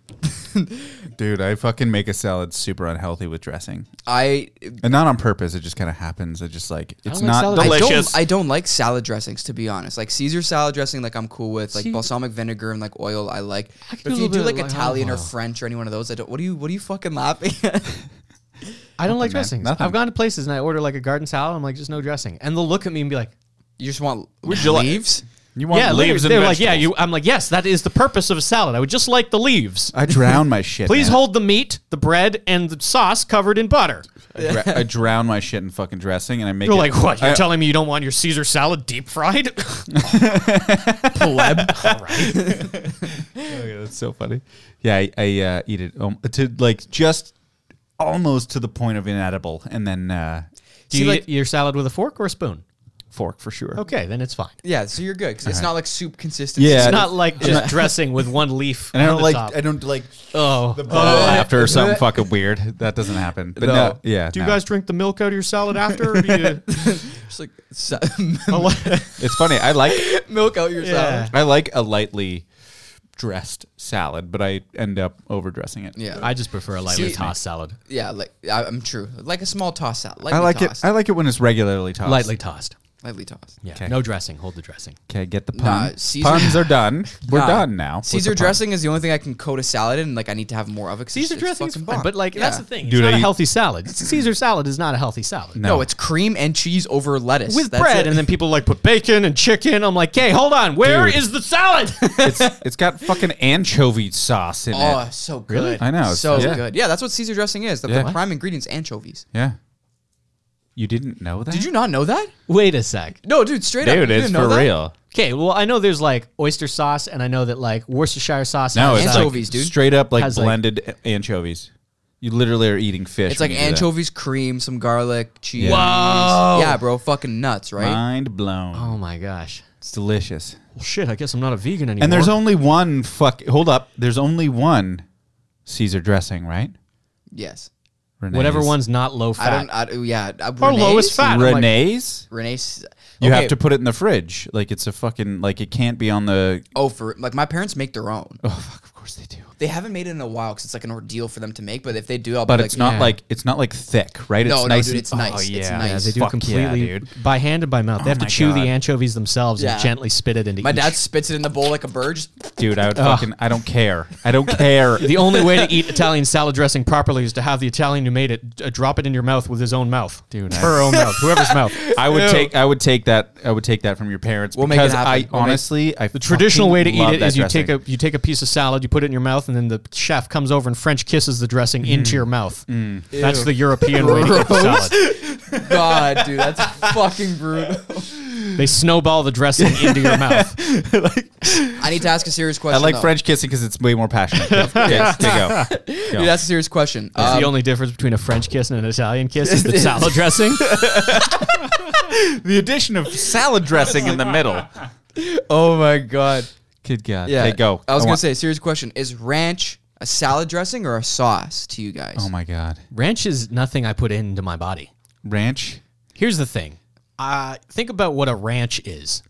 Speaker 4: Dude, I fucking make a salad super unhealthy with dressing.
Speaker 3: I
Speaker 4: And not on purpose. It just kind of happens. It just like, it's
Speaker 2: like
Speaker 4: not
Speaker 2: salad.
Speaker 4: the
Speaker 2: I
Speaker 3: I don't, I don't like salad dressings to be honest. Like Caesar salad dressing, like I'm cool with. Like
Speaker 2: See-
Speaker 3: balsamic vinegar and like oil, I like.
Speaker 2: I could do
Speaker 3: but if
Speaker 2: a
Speaker 3: you
Speaker 2: little
Speaker 3: do
Speaker 2: bit
Speaker 3: like
Speaker 2: of like
Speaker 3: Italian or
Speaker 2: olive oil.
Speaker 3: French or any one of those, I don't. What are you? What are you fucking laughing at? *laughs*
Speaker 2: I don't like
Speaker 4: man.
Speaker 2: dressings.
Speaker 4: Nothing.
Speaker 2: I've gone to places and I order like a garden salad. I'm like, just no dressing, and they'll look at me and be like,
Speaker 3: you just want
Speaker 4: Would you like-
Speaker 3: leaves?
Speaker 4: You want
Speaker 2: yeah,
Speaker 4: leaves
Speaker 2: leaves.
Speaker 4: and
Speaker 2: They're like, yeah,
Speaker 4: vegetables.
Speaker 2: you. I'm like, yes, that is the purpose of a salad. I would just like the leaves.
Speaker 4: I drown my shit.
Speaker 2: Please
Speaker 4: man.
Speaker 2: hold the meat, the bread, and the sauce covered in butter.
Speaker 4: I, dra- I drown my shit in fucking dressing, and I make.
Speaker 2: You're
Speaker 4: it-
Speaker 2: like, what? You're
Speaker 4: I,
Speaker 2: telling me you don't want your Caesar salad deep fried? *laughs*
Speaker 4: *laughs*
Speaker 3: Pleb.
Speaker 2: All right.
Speaker 4: Okay, that's so funny. Yeah, I, I uh, eat it um, to like just almost to the point of inedible, and then uh,
Speaker 2: Do
Speaker 3: See,
Speaker 2: you
Speaker 3: like-
Speaker 2: eat your salad with a fork or a spoon?
Speaker 4: fork for sure.
Speaker 2: Okay, then it's fine.
Speaker 3: yeah, so you're good because it's not like soup consistency.
Speaker 4: Yeah,
Speaker 2: It's not like just dressing with one leaf.
Speaker 4: and
Speaker 2: on
Speaker 4: I don't
Speaker 2: the
Speaker 4: like
Speaker 2: top.
Speaker 4: I don't like
Speaker 2: oh,
Speaker 4: bubble after or something fucking weird. That doesn't happen. But no,
Speaker 3: No.
Speaker 4: yeah.
Speaker 2: do you
Speaker 4: no.
Speaker 2: guys drink the milk out of your salad after? Or do
Speaker 3: Just like sa- *laughs*
Speaker 2: you,
Speaker 4: It's funny. I like
Speaker 3: milk out your
Speaker 2: Yeah.
Speaker 3: salad.
Speaker 4: I like a lightly dressed salad, but I end up overdressing it.
Speaker 3: Yeah,
Speaker 2: I just prefer a lightly
Speaker 3: See-
Speaker 2: tossed salad.
Speaker 3: yeah. Like I, I'm true. Like a small toss salad. Lightly
Speaker 4: I like
Speaker 3: tossed.
Speaker 4: it. I like it when it's regularly tossed.
Speaker 2: Lightly tossed.
Speaker 3: lightly tossed.
Speaker 2: Yeah.
Speaker 4: Okay.
Speaker 2: No dressing. Hold the dressing.
Speaker 4: Okay, get the
Speaker 3: Nah,
Speaker 4: pun.
Speaker 3: Caesar-
Speaker 4: Puns are done. We're
Speaker 3: Nah,
Speaker 4: done now. with
Speaker 3: Caesar
Speaker 4: the pun.
Speaker 3: dressing is the only thing I can coat a salad in. Like I need to have more of it. 'cause
Speaker 2: Caesar
Speaker 3: it's- it's
Speaker 2: dressing is
Speaker 3: fucking
Speaker 2: fine,
Speaker 3: bomb.
Speaker 2: but like that's
Speaker 3: Yeah.
Speaker 2: the thing. It's
Speaker 4: Dude,
Speaker 2: not
Speaker 4: I
Speaker 2: a
Speaker 4: eat-
Speaker 2: healthy salad. *laughs* Caesar salad is not a healthy salad.
Speaker 3: No, it's cream and cheese over lettuce
Speaker 2: With
Speaker 3: That's
Speaker 2: bread,
Speaker 3: it.
Speaker 2: and then people like put bacon and chicken. I'm like, hey, hold on, where is the
Speaker 4: Dude.
Speaker 2: salad?
Speaker 3: *laughs*
Speaker 4: it's it's got fucking anchovy sauce in
Speaker 3: Oh,
Speaker 4: it.
Speaker 3: so good.
Speaker 2: Really?
Speaker 4: I know, it's-
Speaker 3: So
Speaker 4: yeah.
Speaker 3: good. Yeah, that's what Caesar dressing is. The, the
Speaker 4: Yeah.
Speaker 3: prime ingredients, anchovies.
Speaker 4: Yeah. You didn't know that?
Speaker 3: Did you not know that?
Speaker 2: Wait a sec.
Speaker 3: No, dude, straight up.
Speaker 4: Dude,
Speaker 3: you
Speaker 4: it's
Speaker 3: didn't know
Speaker 4: for
Speaker 3: that?
Speaker 4: real.
Speaker 2: Okay, well, I know there's like oyster sauce, and I know that like Worcestershire sauce.
Speaker 4: No,
Speaker 2: has,
Speaker 4: it's
Speaker 2: like,
Speaker 3: Anchovies,
Speaker 4: like
Speaker 3: dude.
Speaker 4: straight up like
Speaker 2: Has, like-
Speaker 4: blended a- anchovies. You literally are eating fish.
Speaker 3: It's like
Speaker 4: when you do that.
Speaker 3: anchovies, cream, some garlic, cheese.
Speaker 2: Whoa.
Speaker 3: Yeah, bro, fucking nuts, right?
Speaker 4: Mind blown.
Speaker 2: Oh my gosh.
Speaker 4: It's delicious.
Speaker 2: Well, shit. I guess I'm not a vegan anymore.
Speaker 4: And there's only one fuck. Hold up. There's only one Caesar dressing, right?
Speaker 3: yes.
Speaker 4: Renee's.
Speaker 2: whatever one's not low fat.
Speaker 3: I don't. I, don't- yeah. I,
Speaker 2: Or lowest
Speaker 3: Renee's?
Speaker 2: fat. I'm like-
Speaker 4: Renee's.
Speaker 3: Renee's.
Speaker 4: You
Speaker 3: okay.
Speaker 4: have to put it in the fridge. Like it's a fucking like it can't be on the.
Speaker 3: Oh, for like my parents make their own.
Speaker 4: Oh fuck! Of course they do.
Speaker 3: They haven't made it in a while because it's like an ordeal for them to make. But if they do, I'll
Speaker 4: But
Speaker 3: be
Speaker 4: it's
Speaker 3: like,
Speaker 4: not
Speaker 2: yeah.
Speaker 4: like it's not like thick, right?
Speaker 3: No,
Speaker 4: it's
Speaker 3: no,
Speaker 4: nice.
Speaker 3: dude,
Speaker 4: and- Oh,
Speaker 3: it's nice. It's
Speaker 4: yeah,
Speaker 2: Yeah,
Speaker 3: nice.
Speaker 2: they do
Speaker 4: Fuck
Speaker 2: completely
Speaker 4: yeah, dude. Oh
Speaker 2: by hand and by mouth. They have to
Speaker 4: my
Speaker 2: chew the
Speaker 4: God.
Speaker 2: anchovies themselves
Speaker 3: Yeah.
Speaker 2: and gently spit it into
Speaker 3: My
Speaker 2: each.
Speaker 3: dad spits it in the bowl like a bird. Just,
Speaker 4: Dude, I would fucking. I don't care. I don't care.
Speaker 2: the only way to eat Italian salad dressing properly is to have the Italian who made it uh, drop it in your mouth with his own mouth, dude. Her own
Speaker 4: *laughs*
Speaker 2: mouth, whoever's mouth.
Speaker 4: I would take. I would take that. I would take that from your parents.
Speaker 3: We'll make it
Speaker 4: because
Speaker 3: happen.
Speaker 4: I
Speaker 3: We'll make-
Speaker 4: honestly, I
Speaker 2: The traditional way to eat it is you
Speaker 4: dressing.
Speaker 2: take a you take a piece of salad, you put it in your mouth, and then the chef comes over and French kisses the
Speaker 4: Mm.
Speaker 2: dressing into your mouth. That's the European way to eat the salad.
Speaker 3: God, dude,
Speaker 4: *laughs*
Speaker 3: that's fucking brutal.
Speaker 2: They snowball the dressing into your
Speaker 4: *laughs*
Speaker 2: mouth.
Speaker 3: I need to ask a serious
Speaker 4: I
Speaker 3: question.
Speaker 4: like
Speaker 3: though.
Speaker 4: French kissing because it's way more passionate. yes, there you go.
Speaker 3: Dude, that's a serious question.
Speaker 2: That's
Speaker 3: Um,
Speaker 2: the only difference between a French kiss and an Italian kiss
Speaker 4: *laughs*
Speaker 2: is the salad dressing.
Speaker 4: the addition of salad dressing in the *laughs* middle.
Speaker 3: oh my god.
Speaker 4: Kid God.
Speaker 3: Yeah,
Speaker 4: Hey, go.
Speaker 3: I was gonna
Speaker 4: want-
Speaker 3: say serious question: Is ranch a salad dressing or a sauce to you guys?
Speaker 4: Oh my God.
Speaker 2: Ranch is nothing I put into my body.
Speaker 4: Ranch.
Speaker 2: Here's the thing. Uh, think about what a ranch
Speaker 4: *laughs*
Speaker 2: is.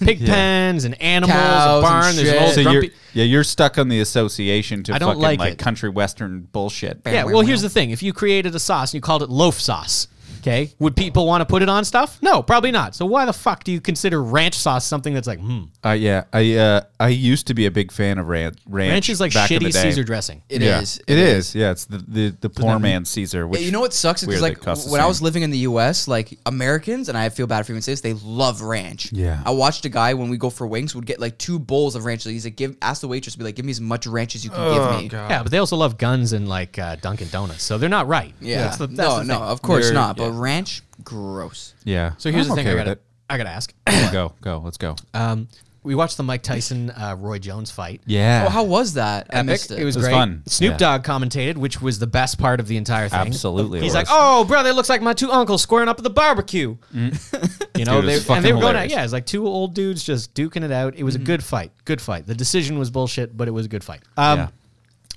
Speaker 2: Pig pens and animals,
Speaker 3: Cows and
Speaker 2: a barn. There's an
Speaker 3: shit.
Speaker 2: old
Speaker 4: So
Speaker 2: grumpy.
Speaker 4: you're yeah you're stuck on the association to
Speaker 2: I don't
Speaker 4: fucking
Speaker 2: like
Speaker 4: like,
Speaker 2: it.
Speaker 4: country western bullshit.
Speaker 2: yeah. Well, here's the thing. If you created a sauce and you called it loaf sauce, okay, would people want to put it on stuff? No, probably not. So why the fuck do you consider ranch sauce something that's like, hmm?
Speaker 4: Uh, yeah, I uh, I used to be a big fan of ranch. Ranch,
Speaker 2: Ranch is like
Speaker 4: back in the
Speaker 2: shitty
Speaker 4: day.
Speaker 2: Caesar dressing.
Speaker 3: It
Speaker 4: yeah.
Speaker 3: is.
Speaker 4: It is. Yeah, it's the the, the poor man's Caesar. Which
Speaker 3: You know what sucks? It's
Speaker 4: weird,
Speaker 3: like
Speaker 4: they cost the
Speaker 3: when I
Speaker 4: same.
Speaker 3: was living in the U.S., like Americans, and I feel bad for even saying this, they love ranch.
Speaker 4: Yeah.
Speaker 3: I watched a guy when we go for wings would get like two bowls of ranch. He's like, give ask the waitress, be like, give me as much ranch as you can give me.
Speaker 2: Yeah, but they also love guns and like uh, Dunkin' Donuts. So they're not right.
Speaker 3: Yeah.
Speaker 2: That's the- that's
Speaker 3: no,
Speaker 2: the
Speaker 3: no,
Speaker 2: thing.
Speaker 3: of course
Speaker 4: You're-
Speaker 3: not. But ranch, gross.
Speaker 4: Yeah.
Speaker 2: So here's the
Speaker 4: I'm
Speaker 2: thing.
Speaker 4: okay
Speaker 2: I
Speaker 4: with
Speaker 2: gotta, I gotta ask. *coughs*
Speaker 4: it. go go. Let's go.
Speaker 3: Uh, oh,
Speaker 2: Um, we watched the Mike Tyson uh, Roy Jones fight.
Speaker 4: yeah.
Speaker 3: Oh, how was that? I missed it.
Speaker 2: It was,
Speaker 4: It was
Speaker 2: great.
Speaker 4: fun.
Speaker 2: Snoop
Speaker 4: Yeah.
Speaker 2: Dogg commentated, which was the best part of the entire thing.
Speaker 4: Absolutely it
Speaker 2: He's
Speaker 4: was.
Speaker 2: like, "Oh, brother, it looks like my two uncles squaring up at the barbecue." *laughs* you know,
Speaker 4: Mm. Dude, it
Speaker 2: they,
Speaker 4: was fucking
Speaker 2: and they were going at
Speaker 4: hilarious. Mm-hmm.
Speaker 2: yeah, it's like two old dudes just duking it out. It was a good fight. Good fight. The decision was bullshit, but it was a good fight.
Speaker 3: oh,
Speaker 2: Um,
Speaker 4: Yeah.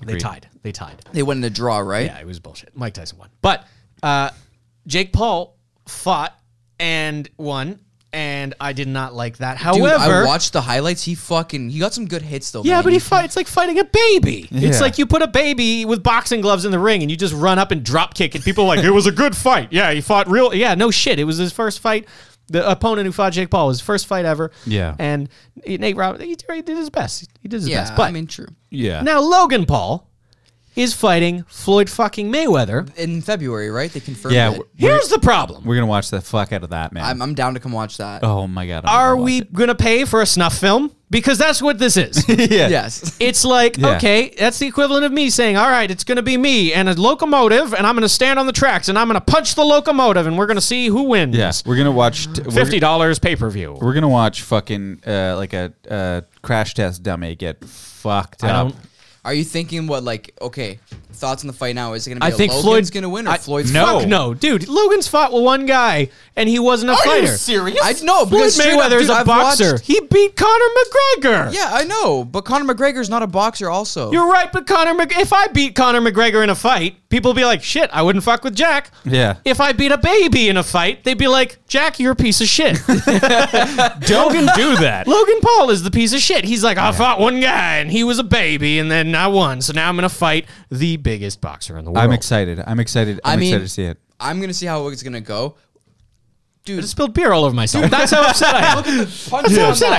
Speaker 2: they
Speaker 4: Agreed.
Speaker 2: tied. They tied.
Speaker 3: they went in a draw, right?
Speaker 2: Yeah, it was bullshit. Mike Tyson won. But uh, Jake Paul fought and won, and I did not like that.
Speaker 3: Dude,
Speaker 2: However,
Speaker 3: I watched the highlights. He fucking he got some good hits though.
Speaker 2: Yeah,
Speaker 3: man.
Speaker 2: but he fight. It's like fighting a baby. It's
Speaker 4: Yeah.
Speaker 2: like you put a baby with boxing gloves in the ring and you just run up and drop kick, and people are like it was a good fight. Yeah, he fought real. Yeah, no shit. It was his first fight. The opponent who fought Jake Paul was his first fight ever.
Speaker 4: Yeah.
Speaker 2: and Nate Roberts, he he did his best. He did his
Speaker 3: Yeah,
Speaker 2: best. But
Speaker 3: I mean, true.
Speaker 4: yeah.
Speaker 2: now Logan Paul is fighting Floyd fucking Mayweather.
Speaker 3: In February, right? They confirmed.
Speaker 4: Yeah.
Speaker 3: it.
Speaker 4: We're,
Speaker 2: Here's the problem.
Speaker 4: we're gonna watch the fuck out of that man.
Speaker 3: I'm, I'm down to come watch that.
Speaker 4: oh my god. I'm
Speaker 2: are
Speaker 4: gonna watch
Speaker 2: we
Speaker 4: it.
Speaker 2: gonna pay for a snuff film? Because that's what this is.
Speaker 3: *laughs*
Speaker 4: yeah.
Speaker 3: Yes.
Speaker 2: It's like,
Speaker 4: Yeah.
Speaker 2: okay, that's the equivalent of me saying, all right, it's going to be me and a locomotive, and I'm going to stand on the tracks and I'm going to punch the locomotive, and we're going to see who wins.
Speaker 4: Yeah. We're gonna watch. T- we're-
Speaker 2: $50 pay per view.
Speaker 4: We're gonna watch fucking uh, like a uh, crash test dummy get fucked
Speaker 2: I
Speaker 4: up.
Speaker 2: don't-
Speaker 3: Are you thinking what like okay? Thoughts on the fight now? Is it gonna be?
Speaker 2: I
Speaker 3: a
Speaker 2: think
Speaker 3: Logan's
Speaker 2: Floyd's
Speaker 3: gonna win or Floyd's
Speaker 2: No.
Speaker 4: No.
Speaker 2: Fuck no. Dude, Logan's fought with one guy, and he wasn't a fighter.
Speaker 4: serious?
Speaker 3: I know
Speaker 2: Floyd
Speaker 3: because straight up,
Speaker 2: Mayweather is
Speaker 3: dude,
Speaker 2: a
Speaker 3: I've
Speaker 2: boxer.
Speaker 3: watched-
Speaker 2: He beat Conor McGregor.
Speaker 3: yeah, I know, but Conor McGregor's not a boxer. Also,
Speaker 2: You're right, but Conor Mc- if I beat Conor McGregor in a fight, people be like, "Shit, I wouldn't fuck with Jack."
Speaker 4: Yeah.
Speaker 2: If I beat a baby in a fight, they'd be like, "Jack, you're a piece of *laughs* shit."
Speaker 4: Don't do that.
Speaker 2: Logan Paul is the piece of shit. He's like, I fought one guy and he was a baby and then I won. So now I'm going to fight the biggest boxer in the world.
Speaker 4: I'm excited. I'm excited.
Speaker 3: I
Speaker 4: I'm
Speaker 3: mean-
Speaker 4: excited to see it.
Speaker 3: I'm gonna see how it's gonna go.
Speaker 2: I just spilled beer all over myself. That's how upset I am.
Speaker 3: Punch
Speaker 2: That's
Speaker 3: on
Speaker 2: how upset I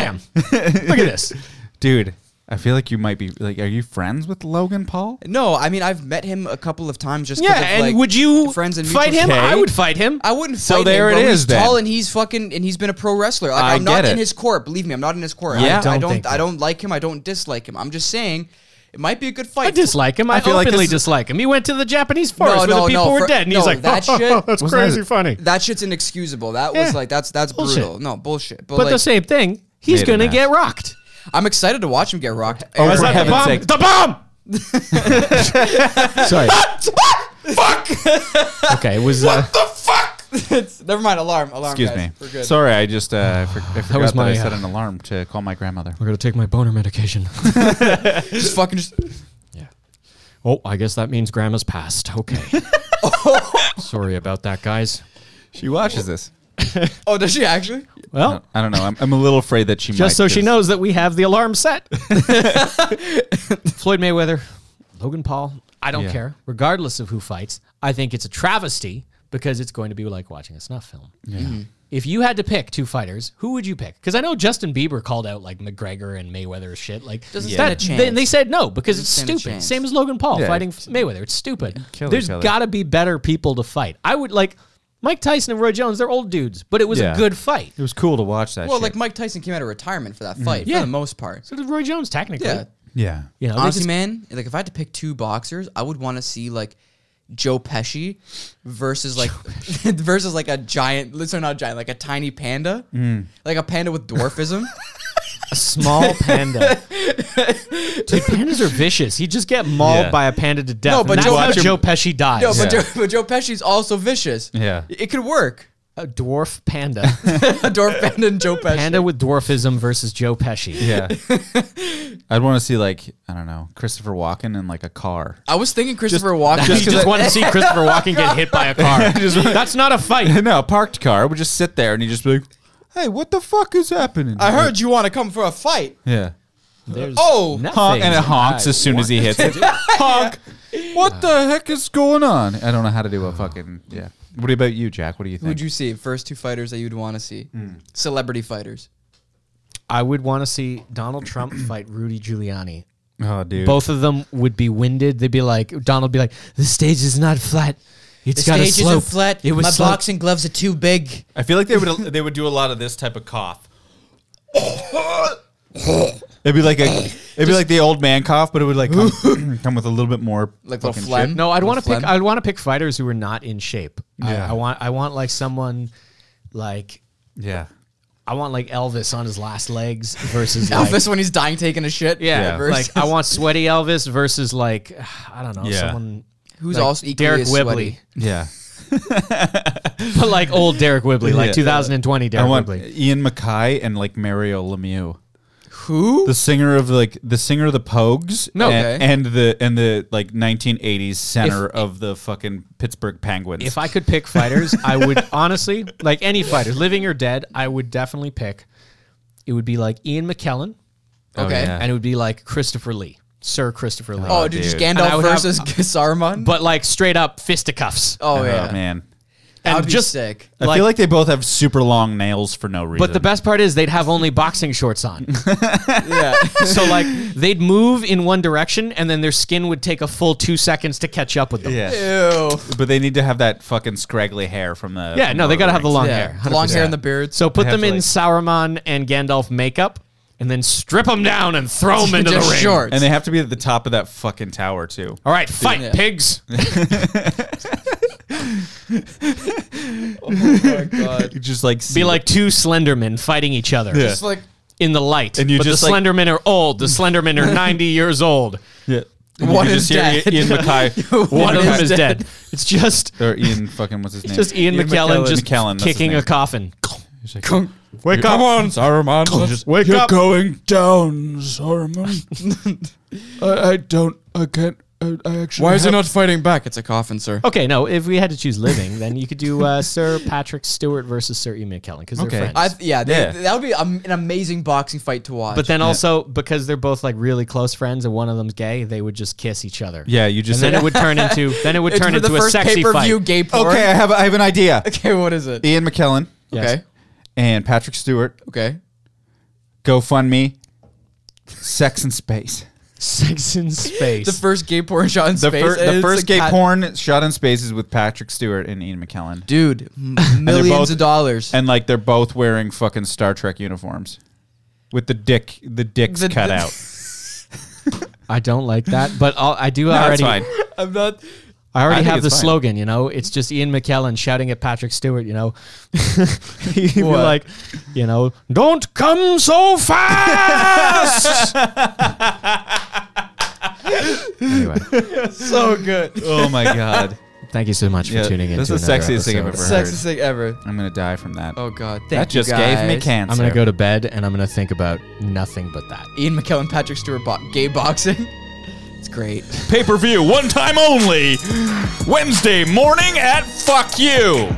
Speaker 3: that.
Speaker 2: am. Look at this.
Speaker 4: Dude, I feel like you might be like, are you friends with Logan Paul?
Speaker 3: No, I mean I've met him a couple of times. Just 'cause
Speaker 2: *laughs* Yeah,
Speaker 3: of,
Speaker 2: and
Speaker 3: like,
Speaker 2: would you
Speaker 3: friends and
Speaker 2: fight
Speaker 3: mutual-
Speaker 2: him?
Speaker 4: Okay.
Speaker 2: I would fight him.
Speaker 3: I wouldn't.
Speaker 4: So
Speaker 3: fight
Speaker 4: there
Speaker 3: him,
Speaker 4: it
Speaker 3: bro.
Speaker 4: is
Speaker 3: He's
Speaker 4: then.
Speaker 3: tall and he's fucking and he's been a pro wrestler. Like
Speaker 4: I
Speaker 3: am not
Speaker 4: get
Speaker 3: in
Speaker 4: it.
Speaker 3: his core. Believe me, I'm not in his core.
Speaker 4: Yeah.
Speaker 3: I don't. I
Speaker 2: Don't
Speaker 3: don't,
Speaker 2: think
Speaker 3: I
Speaker 2: that.
Speaker 3: don't like him. I don't dislike him. I'm just saying, it might be a good fight.
Speaker 2: I dislike him. I,
Speaker 4: I feel like
Speaker 2: openly
Speaker 4: this is-
Speaker 2: dislike him. He went to the Japanese forest where
Speaker 3: no,
Speaker 2: the people
Speaker 3: no,
Speaker 2: were
Speaker 3: for-
Speaker 2: dead, and he's
Speaker 3: no,
Speaker 2: like, *laughs* "Oh,
Speaker 3: that shit-
Speaker 2: "That's
Speaker 4: Wasn't that-
Speaker 2: crazy funny."
Speaker 3: That shit's inexcusable. That was
Speaker 2: Yeah.
Speaker 3: like that's that's
Speaker 2: Bullshit.
Speaker 3: brutal. No bullshit.
Speaker 2: but
Speaker 3: But, like,
Speaker 2: the same thing, he's
Speaker 4: Made a
Speaker 2: going to
Speaker 4: mess.
Speaker 2: get rocked.
Speaker 3: I'm excited to watch him get rocked.
Speaker 4: Oh,
Speaker 2: Is
Speaker 4: For
Speaker 2: that the
Speaker 4: heaven's
Speaker 2: bomb?
Speaker 4: sake.
Speaker 2: The bomb.
Speaker 4: *laughs* Sorry.
Speaker 2: Okay, it was. Uh,
Speaker 3: *laughs* It's- never mind. Alarm. Alarm.
Speaker 4: Excuse
Speaker 3: guys.
Speaker 4: me.
Speaker 3: We're good.
Speaker 4: Sorry, I just uh, I for- I forgot
Speaker 2: was
Speaker 4: that,
Speaker 2: my,
Speaker 4: I set
Speaker 2: uh,
Speaker 4: an alarm to call my grandmother.
Speaker 2: we're going to take my boner medication.
Speaker 3: Just fucking just.
Speaker 2: Yeah. Oh, I guess that means *laughs* grandma's passed. Okay. Sorry about that, guys.
Speaker 4: She watches this.
Speaker 3: Oh, does she actually?
Speaker 2: Well,
Speaker 4: I don't know. I'm, I'm a little afraid that she might.
Speaker 2: just so she
Speaker 4: 'cause-
Speaker 2: knows that we have the alarm
Speaker 4: *laughs*
Speaker 2: set. *laughs* Floyd Mayweather, Logan Paul, I don't
Speaker 4: Yeah.
Speaker 2: care. Regardless of who fights, I think it's a travesty because it's going to be like watching a snuff film. If you had to pick two fighters, who would you pick? Because I know Justin Bieber called out like McGregor and Mayweather shit. Like
Speaker 3: Doesn't
Speaker 2: that,
Speaker 3: stand a
Speaker 2: They,
Speaker 3: chance.
Speaker 2: they said no because it's
Speaker 3: stand a
Speaker 2: stupid.
Speaker 3: chance.
Speaker 2: Same as Logan Paul
Speaker 4: Yeah.
Speaker 2: fighting Mayweather. It's stupid.
Speaker 4: Kill each
Speaker 2: There's
Speaker 4: other.
Speaker 2: got to be better people to fight. I would like Mike Tyson and Roy Jones. They're old dudes, but it was
Speaker 4: Yeah.
Speaker 2: a good fight.
Speaker 4: *laughs* It was cool to watch that.
Speaker 3: Well,
Speaker 4: shit. Mm-hmm.
Speaker 3: like *laughs* Mike Tyson came out of retirement for that fight
Speaker 2: Yeah.
Speaker 3: for the most part.
Speaker 2: So did Roy Jones technically.
Speaker 3: Yeah.
Speaker 4: yeah,
Speaker 2: You know, they
Speaker 3: Honestly,
Speaker 2: just-
Speaker 3: man, like if I had to pick two boxers, I would want to see like Joe Pesci versus like *laughs* versus like a giant, listen, not a giant, like a tiny panda,
Speaker 4: Mm.
Speaker 3: like a panda with dwarfism.
Speaker 2: a small panda. *laughs* Dude, pandas are vicious. He'd just get mauled
Speaker 4: Yeah.
Speaker 2: by a panda to death.
Speaker 3: No,
Speaker 2: No, but
Speaker 3: but
Speaker 2: that's
Speaker 3: Joe-
Speaker 2: how
Speaker 3: Watch him-
Speaker 2: Joe Pesci dies.
Speaker 3: no, but,
Speaker 4: *laughs* Yeah.
Speaker 3: Joe, but Joe Pesci's also vicious.
Speaker 4: *laughs* Yeah.
Speaker 3: it could work.
Speaker 2: A dwarf panda.
Speaker 3: *laughs* A dwarf panda and Joe
Speaker 2: *laughs*
Speaker 3: Pesci.
Speaker 2: panda with dwarfism versus Joe Pesci.
Speaker 4: yeah. I'd want to see like I don't know Christopher Walken in like a car. *laughs*
Speaker 3: I was thinking Christopher Walken.
Speaker 2: You just want to see *laughs* Christopher Walken get hit by a car. that's not a fight.
Speaker 4: no, a parked car would just sit there and he'd just be like, "Hey, what the fuck is happening?"
Speaker 3: I heard you want to come for a fight.
Speaker 4: Yeah.
Speaker 2: There's
Speaker 3: Oh,
Speaker 2: nothing
Speaker 4: Honk, and it
Speaker 2: that
Speaker 4: honks
Speaker 2: I
Speaker 4: as soon as he hits *laughs* it. honk. What the heck is going on? I don't know how to do a fucking yeah. What about you, Jack? What do you think?
Speaker 3: Who'd you see? First two fighters that you'd want to see.
Speaker 4: Hmm.
Speaker 3: Celebrity fighters.
Speaker 2: I would want to see Donald Trump fight Rudy Giuliani.
Speaker 4: oh, dude.
Speaker 2: Both of them would be winded. They'd be like, Donald would be like, the stage is not flat. It's got a slope. It was slope."
Speaker 3: gloves are too big.
Speaker 4: I feel like they would they would do a lot of this type of cough. it'd be like a it'd be like the old man cough, but it would like *laughs* come, come with a little bit more
Speaker 3: Like little
Speaker 4: fucking
Speaker 3: phlegm?
Speaker 4: shit.
Speaker 2: No, I'd want to
Speaker 3: Flem?
Speaker 2: pick.
Speaker 3: *laughs*
Speaker 2: I'd want to pick fighters who are not in shape. I-
Speaker 4: Yeah.
Speaker 2: I, want. I want like someone, like
Speaker 4: Yeah.
Speaker 2: I want like Elvis on his last legs versus
Speaker 3: *laughs* Elvis
Speaker 2: Like,
Speaker 3: when he's dying taking a shit.
Speaker 2: yeah,
Speaker 3: versus-
Speaker 2: like I want sweaty Elvis versus like *sighs* I don't know
Speaker 4: Yeah.
Speaker 2: someone *laughs*
Speaker 3: who's
Speaker 2: like
Speaker 3: also equally
Speaker 2: Derek
Speaker 3: as
Speaker 2: Whibley,
Speaker 3: sweaty.
Speaker 4: Yeah.
Speaker 2: but like old Derek Whibley, like
Speaker 4: Yeah.
Speaker 2: 2020
Speaker 4: I
Speaker 2: Derek
Speaker 4: want
Speaker 2: Whibley.
Speaker 4: Ian Mackay and like Mario Lemieux.
Speaker 3: Who?
Speaker 4: The singer of like the singer of the Pogues,
Speaker 2: No,
Speaker 4: and,
Speaker 3: okay.
Speaker 4: and the and the like 1980s center of the fucking Pittsburgh Penguins.
Speaker 2: If I could pick fighters, I
Speaker 4: *laughs*
Speaker 2: would honestly like any fighter, living or dead. I would definitely pick. It would be like Ian McKellen,
Speaker 3: Okay.
Speaker 4: Oh, yeah.
Speaker 2: and it would be like Christopher Lee, Sir Christopher Lee.
Speaker 3: Oh, dude, just
Speaker 4: dude.
Speaker 2: And I
Speaker 3: Gandalf
Speaker 2: would have- *laughs*
Speaker 3: versus Saruman.
Speaker 2: but like straight up fisticuffs.
Speaker 3: oh
Speaker 4: oh
Speaker 3: yeah,
Speaker 4: man,
Speaker 3: that
Speaker 2: And
Speaker 3: would be
Speaker 2: just-
Speaker 3: sick.
Speaker 2: *laughs*
Speaker 4: I
Speaker 2: Like-
Speaker 4: feel like they both have super long nails for no reason.
Speaker 2: But the best part is they'd have only boxing shorts on.
Speaker 3: Yeah,
Speaker 2: so
Speaker 4: *laughs*
Speaker 2: like they'd move in one direction and then their skin would take a full two seconds to catch up with them.
Speaker 4: yeah.
Speaker 3: ew.
Speaker 4: But they need to have that fucking scraggly hair from the.
Speaker 2: Yeah,
Speaker 4: from
Speaker 2: no, they
Speaker 4: Lord
Speaker 2: gotta
Speaker 4: of
Speaker 2: have the
Speaker 4: Rings.
Speaker 2: long hair.
Speaker 3: Yeah, the long
Speaker 2: 100%.
Speaker 3: hair and the beard.
Speaker 2: So put
Speaker 4: They
Speaker 2: them
Speaker 4: have
Speaker 2: in
Speaker 4: to,
Speaker 2: Sauron and Gandalf makeup and then strip them down and throw
Speaker 3: *laughs*
Speaker 2: them into the
Speaker 3: Just
Speaker 2: ring.
Speaker 3: shorts.
Speaker 4: And they have to be at the top of that fucking tower too.
Speaker 2: All right, fight
Speaker 3: Yeah.
Speaker 2: pigs.
Speaker 3: oh my
Speaker 4: *laughs*
Speaker 3: god.
Speaker 4: Just like see
Speaker 2: Be like two Slendermen fighting each other.
Speaker 4: Yeah.
Speaker 3: Just like
Speaker 2: In the light.
Speaker 4: And you
Speaker 2: but
Speaker 4: just,
Speaker 2: the
Speaker 4: like-
Speaker 2: Slendermen are old. The Slendermen
Speaker 4: *laughs*
Speaker 2: are 90 years old.
Speaker 4: yeah.
Speaker 3: One
Speaker 4: you
Speaker 3: is
Speaker 4: just hear
Speaker 3: dead.
Speaker 2: *laughs*
Speaker 4: Ian Mackay
Speaker 2: One of
Speaker 4: Mackay-
Speaker 2: them is dead. It's just
Speaker 4: or Ian fucking what's his name?
Speaker 2: just Ian, McKellen, just
Speaker 4: McKellen, that's his
Speaker 2: kicking
Speaker 4: name.
Speaker 2: a coffin.
Speaker 4: He's like,
Speaker 2: Wake
Speaker 4: "Come
Speaker 2: up.
Speaker 4: on, Saruman. Just,
Speaker 2: Wake
Speaker 4: You're
Speaker 2: up."
Speaker 4: going down, Saruman.
Speaker 2: *laughs*
Speaker 4: I, I don't. I can't. I, I actually.
Speaker 3: why is he not fighting back? It's a coffin, sir.
Speaker 2: Okay, no. If we had to choose living, then you could do uh, *laughs* Sir Patrick Stewart versus Sir Ian McKellen because they're
Speaker 4: Okay.
Speaker 2: friends.
Speaker 3: I, yeah, they,
Speaker 4: Yeah.
Speaker 3: that would be um, an amazing boxing fight to watch.
Speaker 2: but then also because they're both like really close friends and one of them's gay, they would just kiss each other.
Speaker 4: Yeah, you just
Speaker 2: and then
Speaker 4: said-
Speaker 2: it would turn
Speaker 4: *laughs*
Speaker 2: into then it would
Speaker 3: it's
Speaker 2: turn
Speaker 3: for
Speaker 2: into
Speaker 3: the
Speaker 2: a
Speaker 3: first
Speaker 2: sexy
Speaker 3: pay-per-view
Speaker 2: fight.
Speaker 3: gay porn.
Speaker 4: Okay, I have. I have an idea.
Speaker 3: *laughs* Okay, what is it?
Speaker 4: Ian McKellen
Speaker 2: Yes.
Speaker 3: Okay.
Speaker 4: and Patrick Stewart.
Speaker 3: Okay.
Speaker 4: GoFundMe. Sex in space.
Speaker 2: *laughs* Sex
Speaker 4: *laughs*
Speaker 2: in space.
Speaker 3: The first gay porn shot in
Speaker 4: The,
Speaker 3: space.
Speaker 4: fir-
Speaker 3: and
Speaker 4: the
Speaker 3: it's
Speaker 4: first
Speaker 3: a
Speaker 4: gay
Speaker 3: cat-
Speaker 4: porn shot in space is with Patrick Stewart and Ian McKellen.
Speaker 3: Dude, m- millions
Speaker 4: both-
Speaker 3: of dollars.
Speaker 4: and like they're both wearing fucking Star Trek uniforms with the dick the dicks
Speaker 3: The-
Speaker 4: cut
Speaker 3: *laughs* the-
Speaker 4: out.
Speaker 2: I don't like that, but I'll, I do
Speaker 4: That's
Speaker 2: already.
Speaker 4: fine.
Speaker 3: I'm not.
Speaker 2: I already
Speaker 4: I think
Speaker 2: have the
Speaker 4: it's fine.
Speaker 2: slogan. You know, it's just Ian McKellen shouting at Patrick Stewart. You know, *laughs* he'd be
Speaker 3: What?
Speaker 2: like, you know, don't come so
Speaker 4: *laughs*
Speaker 2: fast. anyway.
Speaker 3: So good.
Speaker 4: Oh my god.
Speaker 2: Thank you so much for
Speaker 4: Yeah,
Speaker 2: tuning in.
Speaker 4: that's
Speaker 2: to
Speaker 4: the
Speaker 2: another
Speaker 4: sexiest thing I've
Speaker 2: episode.
Speaker 4: ever heard.
Speaker 3: Sexiest thing ever.
Speaker 4: I'm gonna die from that.
Speaker 3: Oh God, thank
Speaker 4: that
Speaker 3: you
Speaker 4: just gave me
Speaker 3: guys.
Speaker 4: cancer.
Speaker 2: I'm gonna go to bed and I'm gonna think about nothing but that.
Speaker 3: Ian McKellen, Patrick Stewart, bo- gay boxing. *laughs* It's great.
Speaker 4: pay per view one time only. Wednesday morning at fuck you.